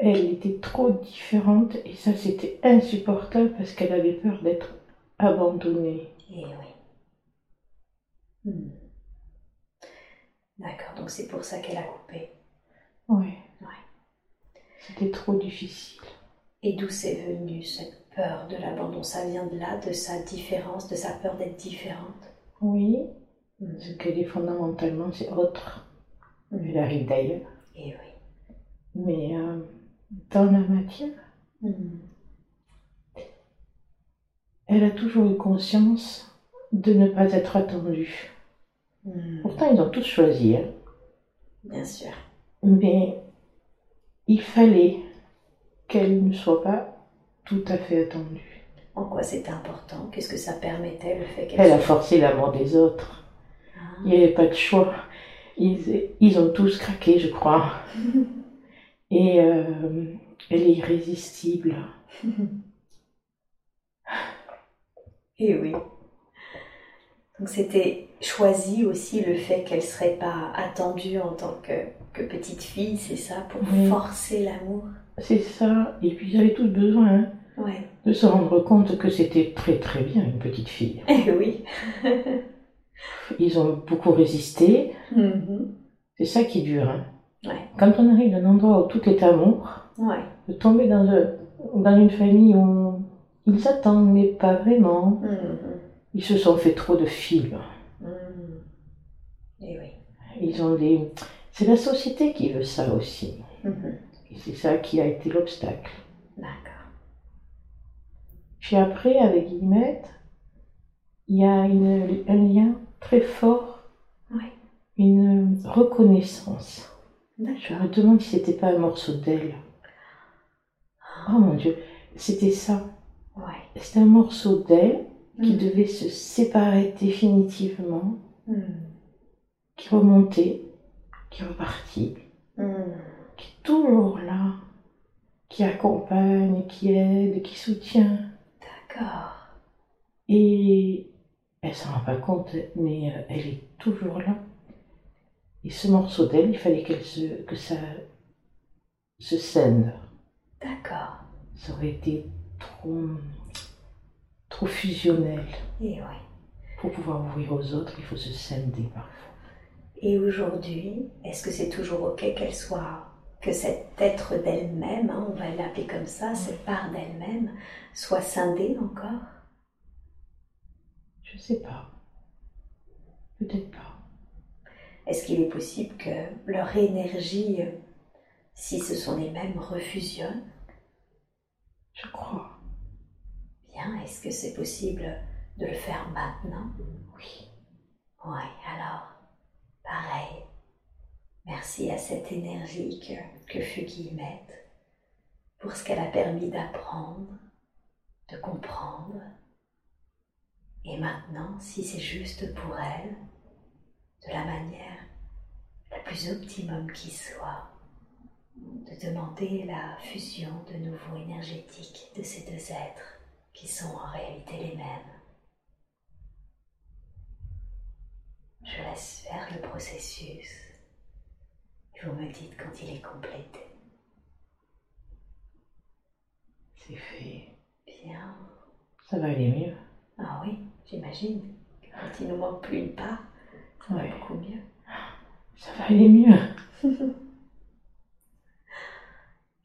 Speaker 2: Elle était trop différente et ça c'était insupportable parce qu'elle avait peur d'être abandonnée.
Speaker 1: Et Eh oui. Hmm. D'accord, donc c'est pour ça qu'elle a coupé.
Speaker 2: Ouais.
Speaker 1: Ouais.
Speaker 2: C'était trop difficile.
Speaker 1: Et d'où c'est venu cette peur de l'abandon Ça vient de là, de sa différence, de sa peur d'être différente
Speaker 2: Oui.
Speaker 1: Hmm.
Speaker 2: Ce qu'elle est fondamentalement, c'est autre.
Speaker 1: Hmm.
Speaker 2: Elle arrive d'ailleurs.
Speaker 1: Et Eh oui.
Speaker 2: Mais euh, dans la matière,
Speaker 1: Hmm.
Speaker 2: elle a toujours eu conscience de ne pas être attendue.
Speaker 1: Hmm.
Speaker 2: Pourtant, ils ont tous choisi. hein.
Speaker 1: Bien sûr.
Speaker 2: Mais il fallait qu'elle ne soit pas tout à fait attendue.
Speaker 1: En quoi c'était important Qu'est-ce que ça permettait le fait qu'elle
Speaker 2: Elle a
Speaker 1: soit-
Speaker 2: forcé l'amour des autres.
Speaker 1: Ah.
Speaker 2: Il n'y avait pas de choix. Ils, ils ont tous craqué, je crois. Et euh, elle est irrésistible.
Speaker 1: Et Eh oui. Donc c'était choisi aussi le fait qu'elle serait pas attendue en tant que, que petite fille, c'est ça, pour
Speaker 2: Oui.
Speaker 1: forcer l'amour.
Speaker 2: C'est ça. Et puis ils avaient tous besoin hein,
Speaker 1: Ouais.
Speaker 2: de se rendre compte que c'était très très bien une petite fille.
Speaker 1: Eh oui.
Speaker 2: Ils ont beaucoup résisté.
Speaker 1: Mhm.
Speaker 2: C'est ça qui dure. hein.
Speaker 1: Ouais.
Speaker 2: Quand on arrive d'un endroit où tout est amour,
Speaker 1: Ouais.
Speaker 2: de tomber dans, un- dans une famille où ils attendent, mais pas vraiment.
Speaker 1: Mhm.
Speaker 2: Ils se sont fait trop de films.
Speaker 1: Mhm. Eh oui.
Speaker 2: Ils ont des. C'est la société qui veut ça aussi.
Speaker 1: Mhm.
Speaker 2: Et c'est ça qui a été l'obstacle.
Speaker 1: D'accord.
Speaker 2: Puis après, avec Guillemette, il y a une- un lien très fort,
Speaker 1: Ouais.
Speaker 2: une reconnaissance. Je
Speaker 1: D'accord.
Speaker 2: me demande si c'était pas un morceau d'elle. Oh mon Dieu, c'était ça.
Speaker 1: Ouais.
Speaker 2: C'était un morceau d'elle qui
Speaker 1: Mm.
Speaker 2: devait se séparer définitivement,
Speaker 1: Mm.
Speaker 2: qui remontait, qui repartit,
Speaker 1: Mm.
Speaker 2: qui est toujours là, qui accompagne, qui aide, qui soutient.
Speaker 1: D'accord.
Speaker 2: Et elle s'en rend pas compte, mais euh, elle est toujours là. Et ce morceau d'elle, il fallait qu'elle se, que ça se scène.
Speaker 1: D'accord.
Speaker 2: Ça aurait été trop, trop fusionnel.
Speaker 1: Et Eh ouais.
Speaker 2: Pour pouvoir ouvrir aux autres, il faut se scinder parfois.
Speaker 1: Et aujourd'hui, est-ce que c'est toujours ok qu'elle soit, que cet être d'elle-même, hein, on va l'appeler comme ça, cette part d'elle-même, soit scindée encore
Speaker 2: Je sais pas. Peut-être pas.
Speaker 1: Est-ce qu'il est possible que leur énergie, euh, si ce sont les mêmes, refusionne
Speaker 2: Je crois.
Speaker 1: Bien, est-ce que c'est possible de le faire maintenant
Speaker 2: Oui.
Speaker 1: Ouais, alors, pareil. Merci à cette énergie que, que fut Guillemette pour ce qu'elle a permis d'apprendre, de comprendre. Et maintenant, si c'est juste pour elle, de la manière la plus optimum qui soit, de demander la fusion de nouveau énergétique de ces deux êtres qui sont en réalité les mêmes. Je laisse faire le processus. Et vous me dites quand il est complété.
Speaker 2: C'est fait.
Speaker 1: Bien.
Speaker 2: Ça va aller mieux.
Speaker 1: Ah oui, j'imagine. que Quand il nous manque plus une part, ça
Speaker 2: Ouais.
Speaker 1: va beaucoup mieux.
Speaker 2: Ça va aller mieux.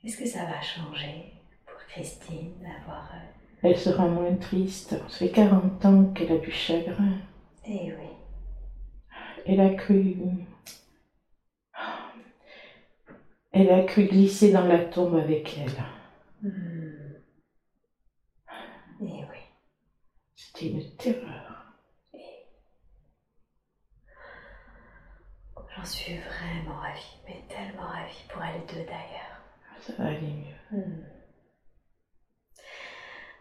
Speaker 1: Est-ce que ça va changer pour Christine d'avoir. euh,
Speaker 2: Elle sera moins triste. Ça fait 40 ans qu'elle a du chagrin.
Speaker 1: Eh oui.
Speaker 2: Elle a cru. Elle a cru glisser dans la tombe avec elle.
Speaker 1: Hmm. Eh oui.
Speaker 2: C'était une terreur.
Speaker 1: J'en suis vraiment ravie, mais tellement ravie pour elles deux d'ailleurs.
Speaker 2: Ça va aller mieux.
Speaker 1: Hmm.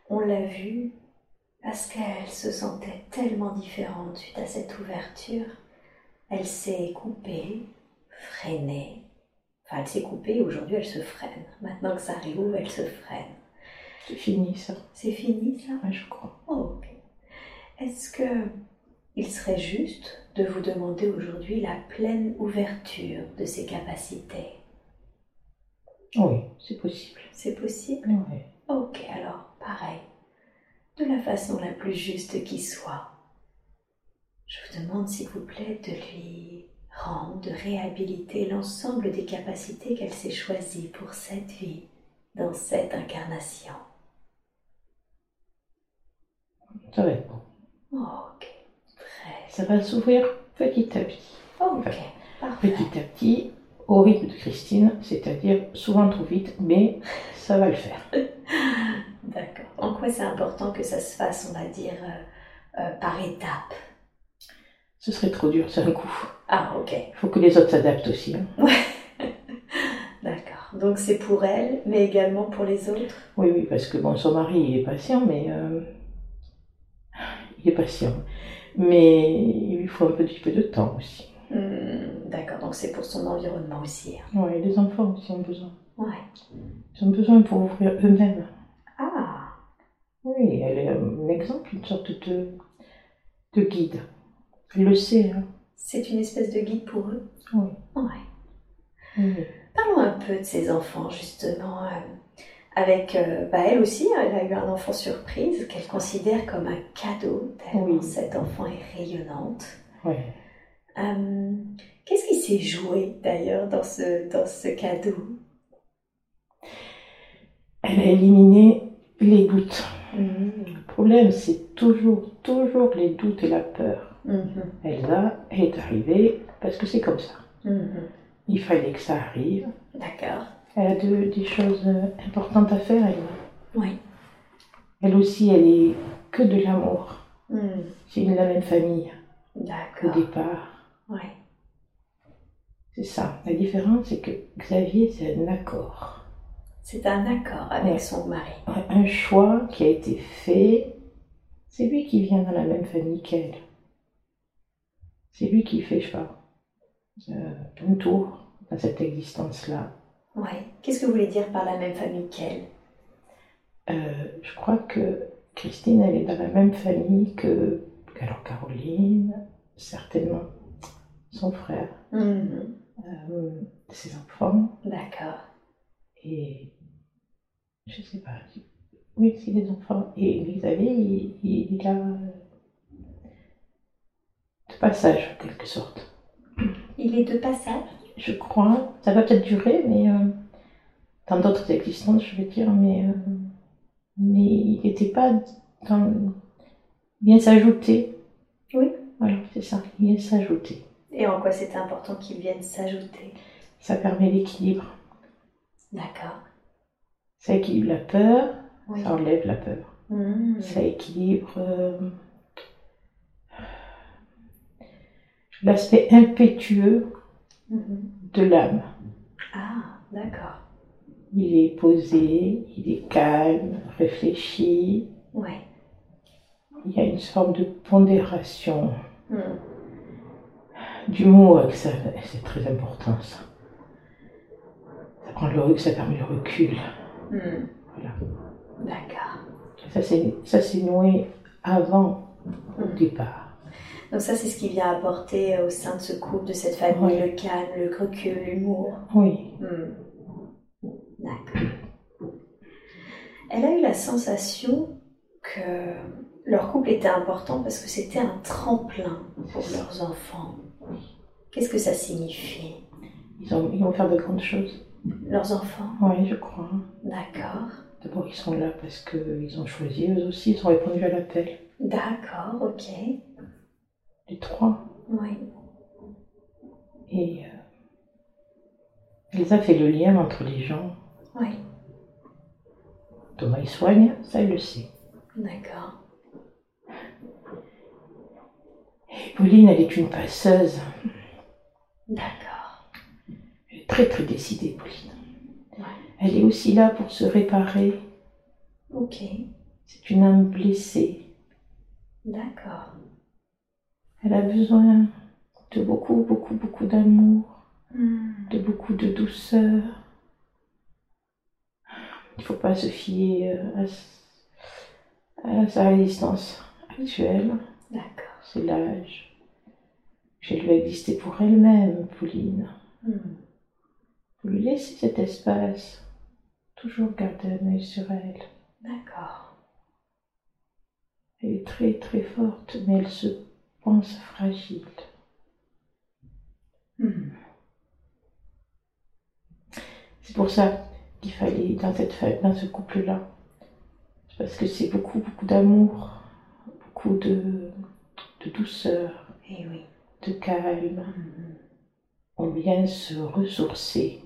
Speaker 1: On l'a vu parce qu'elle se sentait tellement différente suite à cette ouverture. Elle s'est coupée, freinée. Enfin, elle s'est coupée, aujourd'hui elle se freine. Maintenant que ça réouvre, elle se freine.
Speaker 2: C'est fini ça,
Speaker 1: C'est fini ça
Speaker 2: Ouais, je crois.
Speaker 1: Oh, ok. Est-ce que il serait juste de vous demander aujourd'hui la pleine ouverture de ses capacités
Speaker 2: Oui, c'est possible.
Speaker 1: C'est possible
Speaker 2: Ouais.
Speaker 1: Ok, alors, pareil, de la façon la plus juste qui soit. Je vous demande, s'il vous plaît, de lui rendre, de réhabiliter l'ensemble des capacités qu'elle s'est choisies pour cette vie, dans cette incarnation.
Speaker 2: Ça va être bon.
Speaker 1: Ok, très.
Speaker 2: Ça va s'ouvrir petit à petit.
Speaker 1: Ok, parfait.
Speaker 2: Petit à petit, au rythme de Christine, c'est-à-dire souvent trop vite, mais ça va le faire.
Speaker 1: D'accord. En quoi c'est important que ça se fasse, on va dire, euh, euh, par étapes
Speaker 2: Ce serait trop dur, c'est un coup.
Speaker 1: Ah, ok.
Speaker 2: Il faut que les autres s'adaptent aussi. hein.
Speaker 1: D'accord. Donc c'est pour elle, mais également pour les autres
Speaker 2: Oui, oui, parce que bon, son mari, il est patient, mais. euh, il est patient. Mais il lui faut un petit peu de temps aussi.
Speaker 1: Hmm, D'accord, donc c'est pour son environnement aussi. hein.
Speaker 2: Oui, les enfants aussi ont besoin.
Speaker 1: Ouais.
Speaker 2: Ils ont besoin pour ouvrir eux-mêmes.
Speaker 1: Ah,
Speaker 2: Oui, elle est un exemple, une sorte de, de guide. Elle le sait, hein.
Speaker 1: c'est une espèce de guide pour eux
Speaker 2: Oui.
Speaker 1: Ouais.
Speaker 2: Oui.
Speaker 1: Parlons un peu de ces enfants, justement. euh, avec, euh, bah, elle aussi, hein, elle a eu un enfant surprise qu'elle considère comme un cadeau, tellement
Speaker 2: Oui.
Speaker 1: cet enfant est rayonnante.
Speaker 2: Ouais.
Speaker 1: Euh, Qu'est-ce qui s'est joué d'ailleurs dans ce, dans ce cadeau
Speaker 2: Elle a éliminé les doutes.
Speaker 1: Hmm,
Speaker 2: Le problème, c'est toujours, toujours les doutes et la peur.
Speaker 1: mhm,
Speaker 2: Elle va, elle est arrivée, parce que c'est comme ça.
Speaker 1: mhm.
Speaker 2: Il fallait que ça arrive.
Speaker 1: D'accord.
Speaker 2: Elle a de- des choses euh, importantes à faire. Elle,
Speaker 1: Oui.
Speaker 2: elle aussi, elle est que de l'amour.
Speaker 1: Hmm,
Speaker 2: C'est une la même famille au
Speaker 1: D'accord.
Speaker 2: départ.
Speaker 1: Ouais.
Speaker 2: C'est ça. La différence, c'est que Xavier, c'est un accord.
Speaker 1: C'est un accord avec
Speaker 2: Ouais.
Speaker 1: son mari.
Speaker 2: un un choix qui a été fait. C'est lui qui vient dans la même famille qu'elle. C'est lui qui fait, je sais pas, euh, un tour dans cette existence-là.
Speaker 1: Ouais. Qu'est-ce que vous voulez dire par la même famille qu'elle
Speaker 2: Euh, je crois que Christine, elle est dans la même famille que alors Caroline, certainement son frère,
Speaker 1: Mhm.
Speaker 2: euh, ses enfants,
Speaker 1: D'accord.
Speaker 2: et je sais pas. si- Oui, c'est les enfants. Et Xavier, il, il, il a euh, de passage, en quelque sorte.
Speaker 1: Il est de passage
Speaker 2: Je crois, ça va peut-être durer, mais euh, dans d'autres existences, je veux dire, mais, euh, mais il n'était pas dans. Il vient s'ajouter.
Speaker 1: Oui.
Speaker 2: Voilà, c'est ça, il vient s'ajouter.
Speaker 1: Et en quoi c'est important qu'il vienne s'ajouter
Speaker 2: Ça permet l'équilibre.
Speaker 1: D'accord.
Speaker 2: Ça équilibre la peur,
Speaker 1: Oui.
Speaker 2: ça enlève la peur.
Speaker 1: Mhm.
Speaker 2: Ça équilibre euh, l'aspect impétueux
Speaker 1: Mhm.
Speaker 2: de l'âme.
Speaker 1: Ah, d'accord.
Speaker 2: Il est posé, il est calme, réfléchi.
Speaker 1: Ouais.
Speaker 2: Il y a une forme de pondération
Speaker 1: Mhm.
Speaker 2: du mot. euh, que ça- C'est très important ça. Ça, prend le, rec- ça permet le recul.
Speaker 1: Mhm.
Speaker 2: Voilà.
Speaker 1: D'accord.
Speaker 2: Ça c'est ça, c'est noué avant le
Speaker 1: Mhm.
Speaker 2: départ.
Speaker 1: Donc ça, c'est ce qui vient apporter euh, au sein de ce couple, de cette famille,
Speaker 2: Ouais.
Speaker 1: le calme, le recul, l'humour.
Speaker 2: Oui.
Speaker 1: Hmm. D'accord. Elle a eu la sensation que leur couple était important parce que c'était un tremplin pour leurs enfants. Qu'est-ce que ça signifie
Speaker 2: Ils, ont- ils vont faire de grandes choses.
Speaker 1: Leurs enfants
Speaker 2: Oui, je crois.
Speaker 1: D'accord.
Speaker 2: D'abord, ils sont là parce qu'ils ont choisi, eux aussi, ils ont répondu à l'appel.
Speaker 1: D'accord, ok.
Speaker 2: Les trois.
Speaker 1: Oui.
Speaker 2: Et euh, Elsa fait le lien entre les gens.
Speaker 1: Oui.
Speaker 2: Thomas, il soigne, ça, il le sait.
Speaker 1: D'accord.
Speaker 2: Et Pauline, elle est une passeuse.
Speaker 1: D'accord.
Speaker 2: Elle est très, très décidée, Pauline.
Speaker 1: Ouais.
Speaker 2: Elle est aussi là pour se réparer.
Speaker 1: Ok.
Speaker 2: C'est une âme blessée.
Speaker 1: D'accord.
Speaker 2: Elle a besoin de beaucoup, beaucoup, beaucoup d'amour.
Speaker 1: Hmm.
Speaker 2: de beaucoup de douceur. Il ne faut pas se fier euh, à, s- à sa résistance actuelle.
Speaker 1: D'accord.
Speaker 2: C'est l'âge. Elle doit exister pour elle-même, Pauline.
Speaker 1: Hmm.
Speaker 2: Vous lui laissez cet espace. Toujours garder un œil sur elle.
Speaker 1: D'accord.
Speaker 2: Elle est très très forte, mais elle se pense fragile.
Speaker 1: Hmm.
Speaker 2: C'est pour ça qu'il fallait dans cette fête, dans ce couple-là. C'est Parce que c'est beaucoup, beaucoup d'amour, beaucoup de, de douceur,
Speaker 1: Eh oui.
Speaker 2: de calme.
Speaker 1: Hmm.
Speaker 2: On vient se ressourcer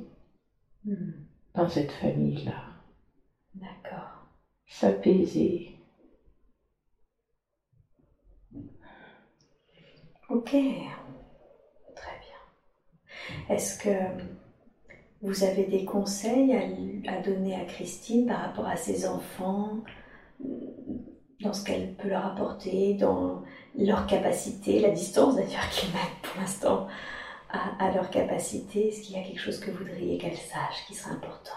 Speaker 1: Hmm.
Speaker 2: dans cette famille-là,
Speaker 1: D'accord.
Speaker 2: s'apaiser.
Speaker 1: Ok, très bien. Est-ce que vous avez des conseils à, lui- à donner à Christine par rapport à ses enfants, dans ce qu'elle peut leur apporter, dans leur capacité, la distance d'ailleurs qu'ils mettent pour l'instant à, à leur capacité Est-ce qu'il y a quelque chose que vous voudriez qu'elle sache qui serait important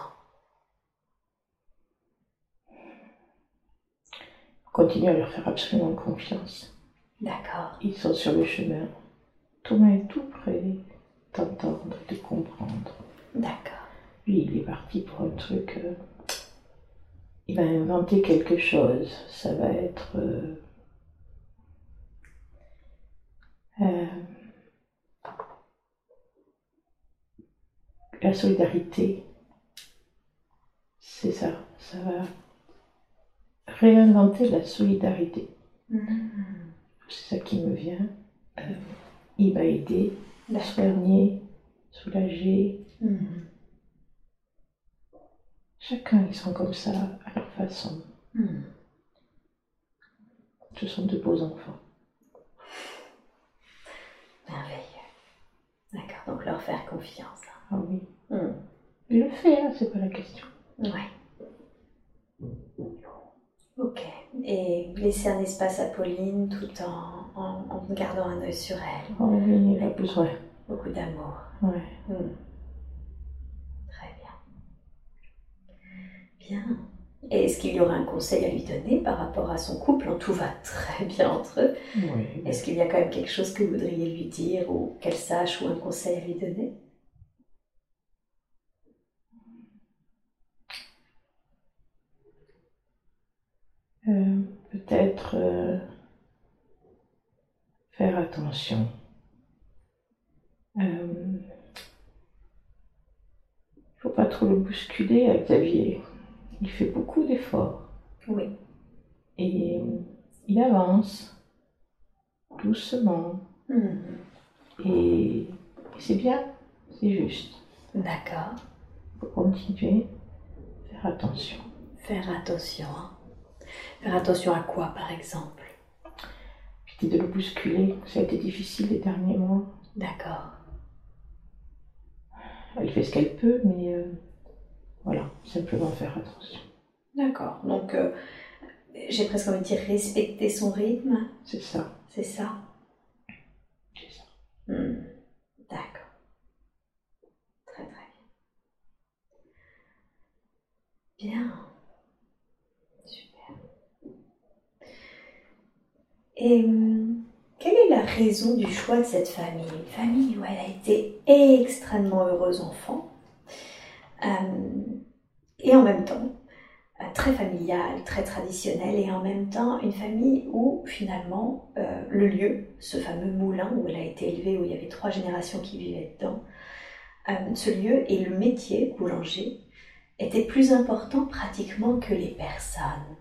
Speaker 2: Continuer à leur faire absolument confiance.
Speaker 1: D'accord,
Speaker 2: Ils sont sur le chemin. Thomas est tout près d'entendre, de comprendre.
Speaker 1: d'accord,
Speaker 2: Lui, il est parti pour un truc. euh, il va inventer quelque chose. Ça va être. euh, euh, la solidarité. C'est ça. Ça va réinventer la solidarité.
Speaker 1: Mhm.
Speaker 2: C'est ça qui me vient. Euh, il va aider,
Speaker 1: d'accord,
Speaker 2: soigner, soulager.
Speaker 1: Mhm.
Speaker 2: Chacun, ils sont comme ça, à leur façon.
Speaker 1: Mhm.
Speaker 2: Ce sont de beaux enfants.
Speaker 1: merveilleux. D'accord, donc leur faire confiance.
Speaker 2: Ah oui.
Speaker 1: Hmm.
Speaker 2: Il le fait, hein, c'est pas la question.
Speaker 1: Hmm. Ouais. Ok. Et laisser un espace à Pauline tout en, en, en gardant un œil sur elle.
Speaker 2: Oh oui, il a besoin.
Speaker 1: Beaucoup d'amour.
Speaker 2: Ouais.
Speaker 1: Hmm. Très bien. Bien. Et est-ce qu'il y aurait un conseil à lui donner par rapport à son couple Hein, Tout va très bien entre eux.
Speaker 2: Oui.
Speaker 1: Est-ce qu'il y a quand même quelque chose que vous voudriez lui dire ou qu'elle sache ou un conseil à lui donner
Speaker 2: Euh, Peut-être euh, faire attention. Euh, faut pas trop le bousculer à Xavier. Il fait beaucoup d'efforts
Speaker 1: Oui.
Speaker 2: et euh, il avance doucement.
Speaker 1: Hmm.
Speaker 2: Et c'est bien, c'est juste.
Speaker 1: D'accord.
Speaker 2: faut continuer, faire attention.
Speaker 1: Faire attention. hein. Faire attention à quoi par exemple
Speaker 2: Puis de le bousculer, ça a été difficile les derniers mois.
Speaker 1: D'accord.
Speaker 2: Elle fait ce qu'elle peut, mais euh, voilà, simplement faire attention.
Speaker 1: D'accord. Donc euh, j'ai presque envie de dire respecter son rythme,
Speaker 2: C'est ça,
Speaker 1: c'est ça
Speaker 2: c'est ça.
Speaker 1: Hmm, D'accord. Très très bien. Bien. Super. Et hum, quelle est la raison du choix de cette famille Une famille où elle a été extrêmement heureuse enfant Hum, et en même temps euh, très familiale, très traditionnelle et en même temps une famille où finalement euh, le lieu, ce fameux moulin où elle a été élevée, où il y avait trois générations qui vivaient dedans, euh, ce lieu et le métier boulanger étaient plus importants pratiquement que les personnes.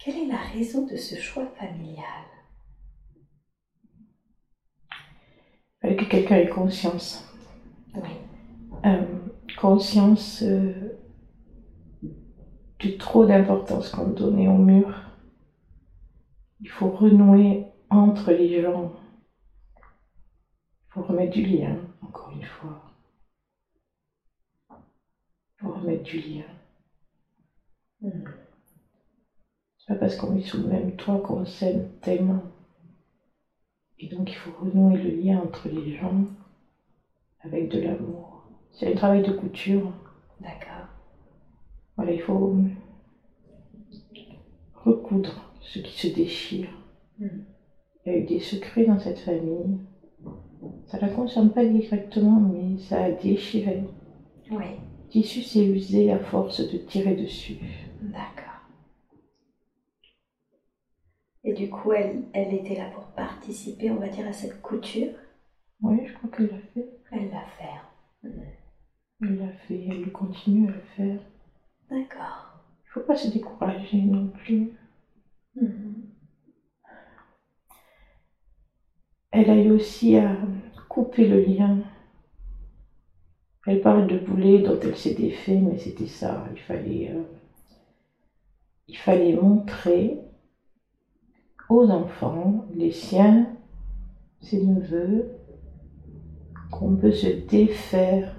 Speaker 1: Quelle est la raison de ce choix familial
Speaker 2: Fallait que quelqu'un ait conscience.
Speaker 1: Oui,
Speaker 2: Euh, conscience euh, du trop d'importance qu'on donnait au mur. Il faut renouer entre les gens. Il faut remettre du lien, encore une fois. Il faut remettre du lien.
Speaker 1: Hmm.
Speaker 2: C'est pas parce qu'on vit sous le même toit qu'on s'aime tellement. Et donc il faut renouer le lien entre les gens avec de l'amour. C'est un travail de couture.
Speaker 1: d'accord.
Speaker 2: Voilà, il faut recoudre ce qui se déchire.
Speaker 1: Mm.
Speaker 2: Il y a eu des secrets dans cette famille. Ça la concerne pas directement, mais ça a déchiré.
Speaker 1: Oui,
Speaker 2: Le tissu s'est usé à force de tirer dessus.
Speaker 1: d'accord. Et du coup, elle, elle était là pour participer, on va dire, à cette couture.
Speaker 2: Oui, je crois qu'elle l'a fait.
Speaker 1: Elle l'a fait. Hmm.
Speaker 2: Elle l'a fait, elle continue à le faire.
Speaker 1: D'accord.
Speaker 2: Il faut pas se décourager non plus.
Speaker 1: Mhm.
Speaker 2: Elle a eu aussi à couper le lien. Elle parle de boulet dont elle s'est défait, mais c'était ça. Il fallait, euh, il fallait montrer aux enfants, les siens, ses neveux, qu'on peut se défaire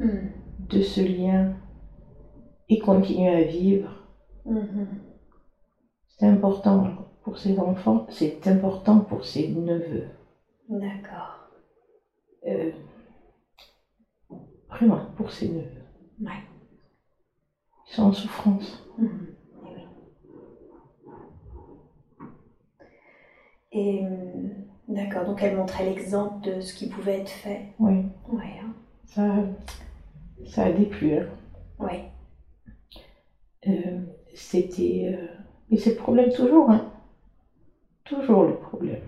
Speaker 1: Mhm.
Speaker 2: de ce lien et continuer à vivre.
Speaker 1: Mhm.
Speaker 2: C'est important pour ses enfants, c'est important pour ses neveux.
Speaker 1: D'accord.
Speaker 2: Euh, vraiment, pour ses neveux.
Speaker 1: Ouais.
Speaker 2: Ils sont en souffrance.
Speaker 1: Mhm. Eh oui. Et hum, d'accord, donc elle montrait l'exemple de ce qui pouvait être fait.
Speaker 2: Oui,
Speaker 1: Ouais. hein.
Speaker 2: ça, ça a déplu. hein.
Speaker 1: Ouais.
Speaker 2: Euh, C'était. euh, et c'est le problème toujours, hein. Toujours le problème.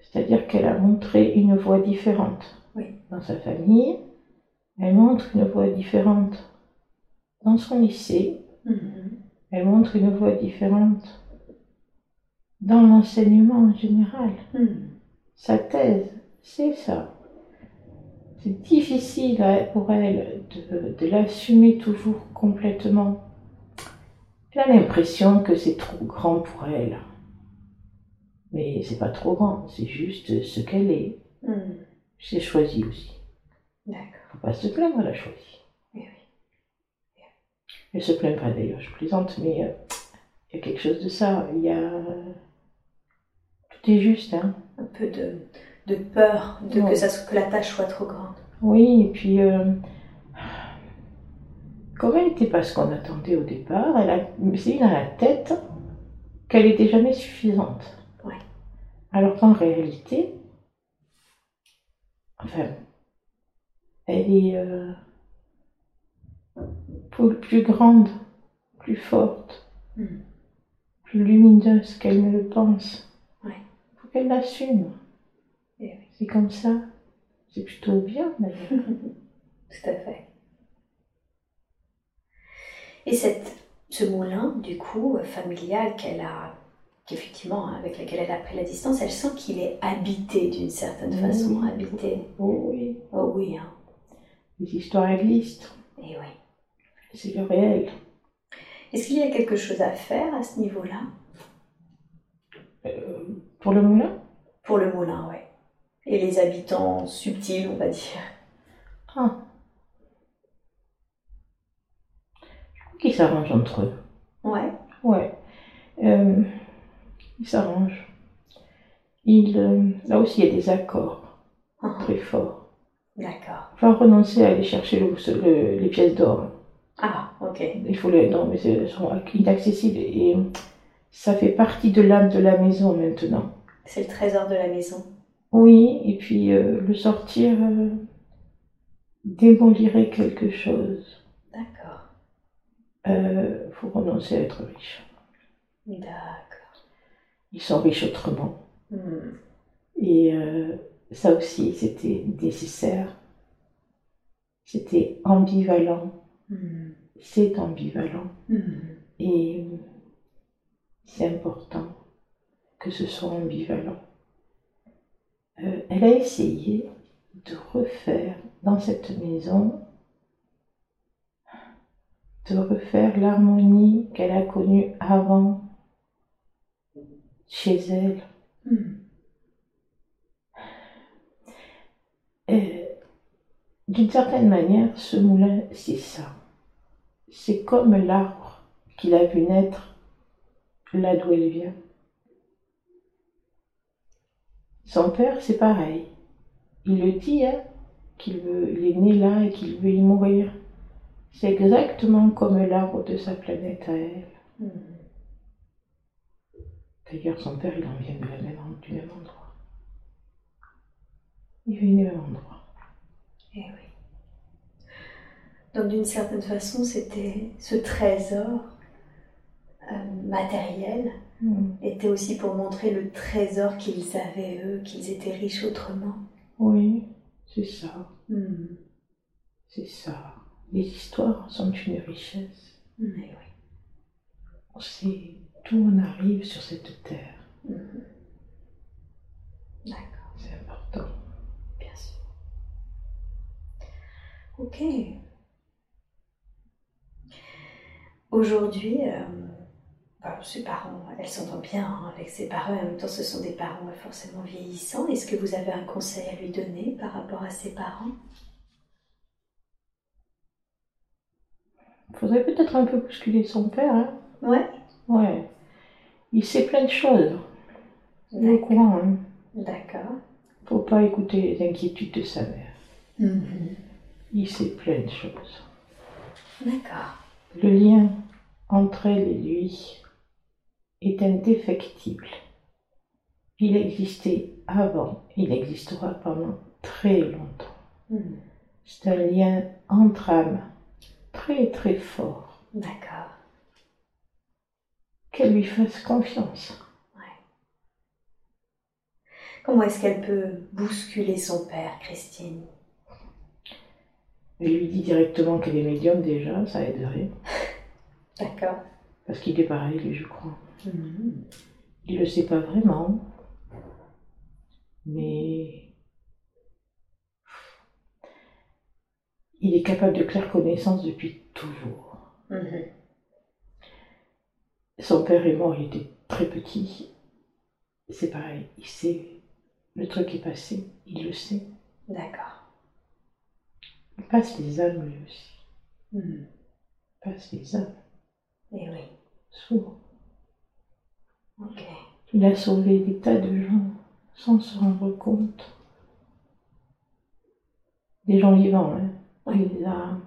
Speaker 2: C'est-à-dire qu'elle a montré une voie différente.
Speaker 1: Oui.
Speaker 2: Dans sa famille, elle montre une voie différente. Dans son lycée,
Speaker 1: Mhm.
Speaker 2: elle montre une voie différente. Dans l'enseignement en général.
Speaker 1: Mhm.
Speaker 2: Sa thèse, c'est ça. C'est difficile à- pour elle de, de l'assumer toujours complètement. Elle a l'impression que c'est trop grand pour elle. Mais c'est pas trop grand, c'est juste ce qu'elle est.
Speaker 1: Mhm.
Speaker 2: C'est choisi aussi.
Speaker 1: D'accord.
Speaker 2: Faut pas se plaindre, elle a choisi.
Speaker 1: Eh oui.
Speaker 2: Elle se plaint pas d'ailleurs, je plaisante, mais euh, il y a quelque chose de ça. Il y a. Tout est juste, hein.
Speaker 1: Un peu de, de peur de
Speaker 2: Ouais.
Speaker 1: que, ça, soit- que la tâche soit trop grande.
Speaker 2: Oui, et puis. euh, Comme elle n'était pas ce qu'on attendait au départ, elle a c'est dans la tête qu'elle n'était jamais suffisante.
Speaker 1: Ouais.
Speaker 2: Alors qu'en réalité, enfin, elle est euh, plus, plus grande, plus forte,
Speaker 1: Mhm.
Speaker 2: plus lumineuse qu'elle ne le pense.
Speaker 1: Ouais.
Speaker 2: faut qu'elle l'assume.
Speaker 1: Eh oui.
Speaker 2: C'est comme ça. C'est plutôt bien d'ailleurs.
Speaker 1: Tout à fait. Et cette, ce moulin, du coup, euh, familial qu'elle a, qu'effectivement, hein, avec lequel elle a pris la distance, elle sent qu'il est habité d'une certaine
Speaker 2: Oui.
Speaker 1: façon, habité.
Speaker 2: Oh oui,
Speaker 1: Oh oui, hein.
Speaker 2: les histoires existent.
Speaker 1: Et oui.
Speaker 2: C'est le réel.
Speaker 1: Est-ce qu'il y a quelque chose à faire à ce niveau-là
Speaker 2: Euh, pour le moulin
Speaker 1: Pour le moulin, ouais. Et les habitants subtils, on va dire.
Speaker 2: Je crois qu'ils s'arrangent entre eux.
Speaker 1: Ouais.
Speaker 2: Ouais. Euh, ils s'arrangent. Ils, euh, là aussi, il y a des accords
Speaker 1: Ah,
Speaker 2: très forts.
Speaker 1: D'accord.
Speaker 2: Faut pas renoncer à aller chercher le- le- les pièces d'or.
Speaker 1: Ah, ok.
Speaker 2: Il faut les. Non, mais c'est- elles sont inaccessibles et euh, ça fait partie de l'âme de la maison maintenant.
Speaker 1: C'est le trésor de la maison.
Speaker 2: Oui, et puis euh, le sortir euh, démolirait quelque chose.
Speaker 1: D'accord.
Speaker 2: Euh, faut renoncer à être riche.
Speaker 1: D'accord.
Speaker 2: Ils sont riches autrement.
Speaker 1: Hmm.
Speaker 2: Et euh, ça aussi, c'était nécessaire. C'était ambivalent.
Speaker 1: Hmm.
Speaker 2: C'est ambivalent.
Speaker 1: Hmm.
Speaker 2: Et euh, c'est important que ce soit ambivalent. Euh, elle a essayé de refaire dans cette maison, de refaire l'harmonie qu'elle a connue avant chez elle.
Speaker 1: Hmm.
Speaker 2: Euh, D'une certaine manière, ce moulin, c'est ça. C'est comme l'arbre qu'il a vu naître là d'où elle vient. Son père, c'est pareil. Il le dit, hein, qu'il veut, il est né là et qu'il veut y mourir. C'est exactement comme l'arbre de sa planète à elle.
Speaker 1: Hmm.
Speaker 2: D'ailleurs, son père, il en vient de la même, du même endroit. Il vient du même endroit.
Speaker 1: Eh oui. Donc d'une certaine façon, c'était ce trésor euh, matériel
Speaker 2: Hmm.
Speaker 1: était aussi pour montrer le trésor qu'ils avaient eux, qu'ils étaient riches autrement.
Speaker 2: Oui, c'est ça.
Speaker 1: Hmm.
Speaker 2: C'est ça. Les histoires sont une richesse.
Speaker 1: Eh
Speaker 2: On sait d'où on arrive sur cette terre.
Speaker 1: oui. Hmm. D'accord.
Speaker 2: C'est important.
Speaker 1: Bien sûr. Ok. Aujourd'hui, euh, bah, ses parents, elle s'entend bien hein, avec ses parents, et en même temps ce sont des parents euh, forcément vieillissants. Est-ce que vous avez un conseil à lui donner par rapport à ses parents
Speaker 2: Il faudrait peut-être un peu bousculer son père. Hein
Speaker 1: Ouais.
Speaker 2: ouais. Il sait plein de choses. Il est au
Speaker 1: D'ac-
Speaker 2: courant. Hein
Speaker 1: D'accord.
Speaker 2: Faut pas écouter les inquiétudes de sa mère.
Speaker 1: Mhm.
Speaker 2: Il sait plein de choses.
Speaker 1: D'accord.
Speaker 2: Le lien entre elle et lui est indéfectible. Il existait avant. Il existera pendant très longtemps.
Speaker 1: Mhm.
Speaker 2: C'est un lien entre âmes très très fort.
Speaker 1: D'accord.
Speaker 2: Qu'elle lui fasse confiance.
Speaker 1: Comment est-ce qu'elle peut bousculer son père, Christine
Speaker 2: Elle lui dit directement qu'elle est médium déjà, ça aiderait.
Speaker 1: D'accord.
Speaker 2: Parce qu'il est pareil, lui, je crois.
Speaker 1: Mhm.
Speaker 2: Il le sait pas vraiment. Mais. Il est capable de claire connaissance depuis toujours.
Speaker 1: Mhm.
Speaker 2: Son père est mort, il était très petit. C'est pareil, il sait. Le truc est passé, il le sait.
Speaker 1: D'accord.
Speaker 2: Il passe les âmes lui aussi.
Speaker 1: Mhm.
Speaker 2: passent les hommes,
Speaker 1: Et Eh oui,
Speaker 2: souvent.
Speaker 1: ok.
Speaker 2: Il a sauvé des tas de gens sans se rendre compte. Des gens vivants, hein.
Speaker 1: Oui.
Speaker 2: Il a...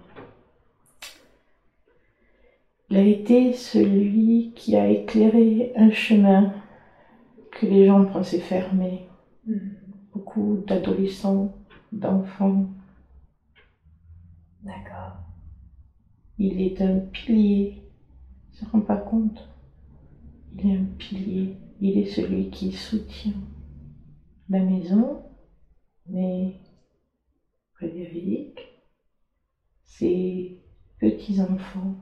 Speaker 2: il a été celui qui a éclairé un chemin que les gens pensaient fermé.
Speaker 1: Hmm,
Speaker 2: Beaucoup d'adolescents, d'enfants.
Speaker 1: D'accord.
Speaker 2: Il est un pilier. Il se rend pas compte. Il est un pilier. Il est celui qui soutient la maison. Mais Frédéric, ses petits-enfants.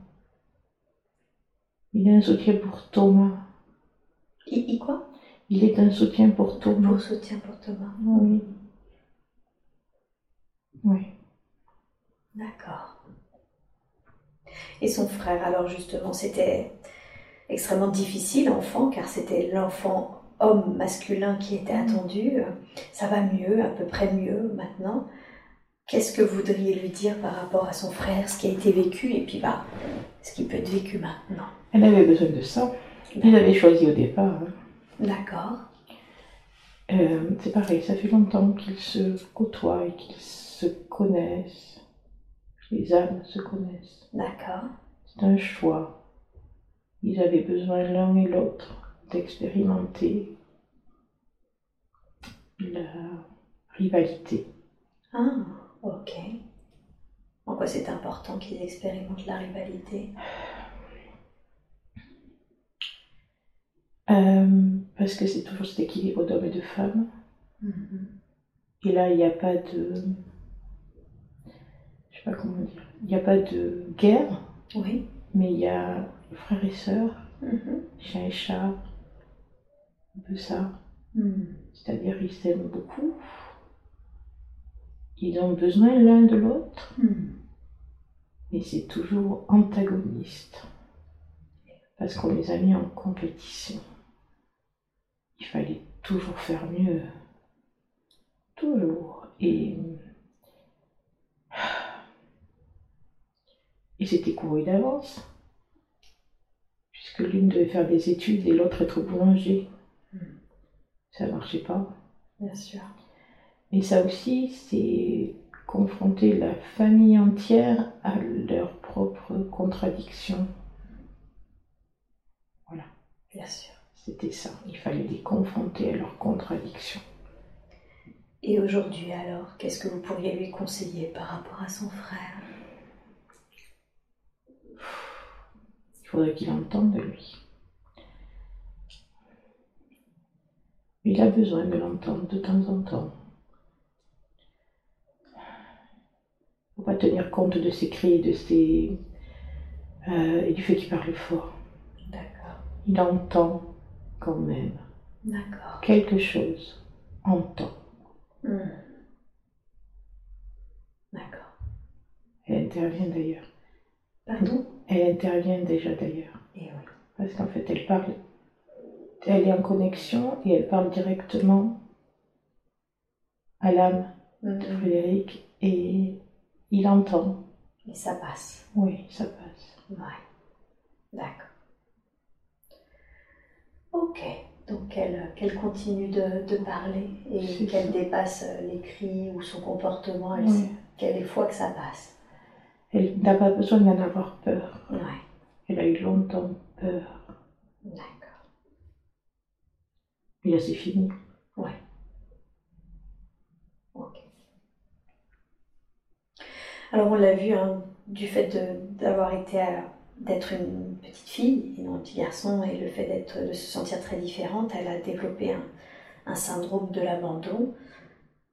Speaker 2: Il est un soutien pour Thomas.
Speaker 1: Il, il quoi
Speaker 2: Il est un soutien pour Thomas.
Speaker 1: Pour soutien pour Thomas.
Speaker 2: Oui. Oui.
Speaker 1: D'accord. Et son frère, alors justement, c'était extrêmement difficile, enfant, car c'était l'enfant homme masculin qui était attendu. Euh, Ça va mieux, à peu près mieux maintenant. Qu'est-ce que vous voudriez lui dire par rapport à son frère, ce qui a été vécu, et puis bah, ce qui peut être vécu maintenant
Speaker 2: Elle avait besoin de ça. Elle avait choisi au départ. hein.
Speaker 1: D'accord.
Speaker 2: Euh, c'est pareil, ça fait longtemps qu'ils se côtoient et qu'ils se connaissent. Les âmes se connaissent.
Speaker 1: D'accord.
Speaker 2: C'est un choix. Ils avaient besoin l'un et l'autre d'expérimenter la rivalité.
Speaker 1: Ah, ok. En quoi c'est important qu'ils expérimentent la rivalité
Speaker 2: Euh, parce que c'est toujours cet équilibre d'homme et de femme. Et là, il n'y a pas de. Je sais pas comment dire. Il n'y a pas de guerre,
Speaker 1: Oui.
Speaker 2: mais il y a frères et sœurs.
Speaker 1: Mhm.
Speaker 2: chien et chat, un peu ça.
Speaker 1: Mhm.
Speaker 2: C'est-à-dire ils s'aiment beaucoup. Ils ont besoin l'un de l'autre,
Speaker 1: Mhm.
Speaker 2: mais c'est toujours antagoniste. Parce qu'on les a mis en compétition. Il fallait toujours faire mieux. Toujours. Et, et c'était couru d'avance. Puisque l'une devait faire des études et l'autre être boulanger.
Speaker 1: Mhm.
Speaker 2: Ça marchait pas.
Speaker 1: Bien sûr.
Speaker 2: Et ça aussi, c'est confronter la famille entière à leurs propres contradictions.
Speaker 1: Bien sûr.
Speaker 2: C'était ça. Il fallait les confronter à leurs contradictions.
Speaker 1: Et aujourd'hui alors, qu'est-ce que vous pourriez lui conseiller par rapport à son frère
Speaker 2: Il faudrait qu'il entende lui. Il a besoin de l'entendre de temps en temps. Faut pas tenir compte de ses cris, de ses euh, et du fait qu'il parle fort.
Speaker 1: D'accord.
Speaker 2: Il entend quand même.
Speaker 1: D'accord.
Speaker 2: quelque chose entend.
Speaker 1: Hmm. D'accord.
Speaker 2: Elle intervient d'ailleurs.
Speaker 1: Pardon
Speaker 2: Elle intervient déjà d'ailleurs.
Speaker 1: Et oui.
Speaker 2: Parce qu'en fait, elle parle. Elle est en connexion et elle parle directement à l'âme de
Speaker 1: Mhm.
Speaker 2: Frédéric et il entend.
Speaker 1: Et ça passe.
Speaker 2: Oui, ça passe.
Speaker 1: Ouais. D'accord. Ok. Donc elle, qu'elle continue de, de parler et
Speaker 2: C'est
Speaker 1: qu'elle
Speaker 2: ça.
Speaker 1: dépasse euh, les cris ou son comportement, elle
Speaker 2: Oui.
Speaker 1: sait qu'elle est fois que ça passe.
Speaker 2: Elle n'a pas besoin d'en avoir peur.
Speaker 1: Ouais.
Speaker 2: Elle a eu longtemps peur.
Speaker 1: D'accord.
Speaker 2: Et là, c'est fini.
Speaker 1: Ok. Alors on l'a vu, hein, du fait de- d'avoir été à- d'être une petite fille et non un petit garçon, et le fait d'être de se sentir très différente, elle a développé un, un syndrome de l'abandon.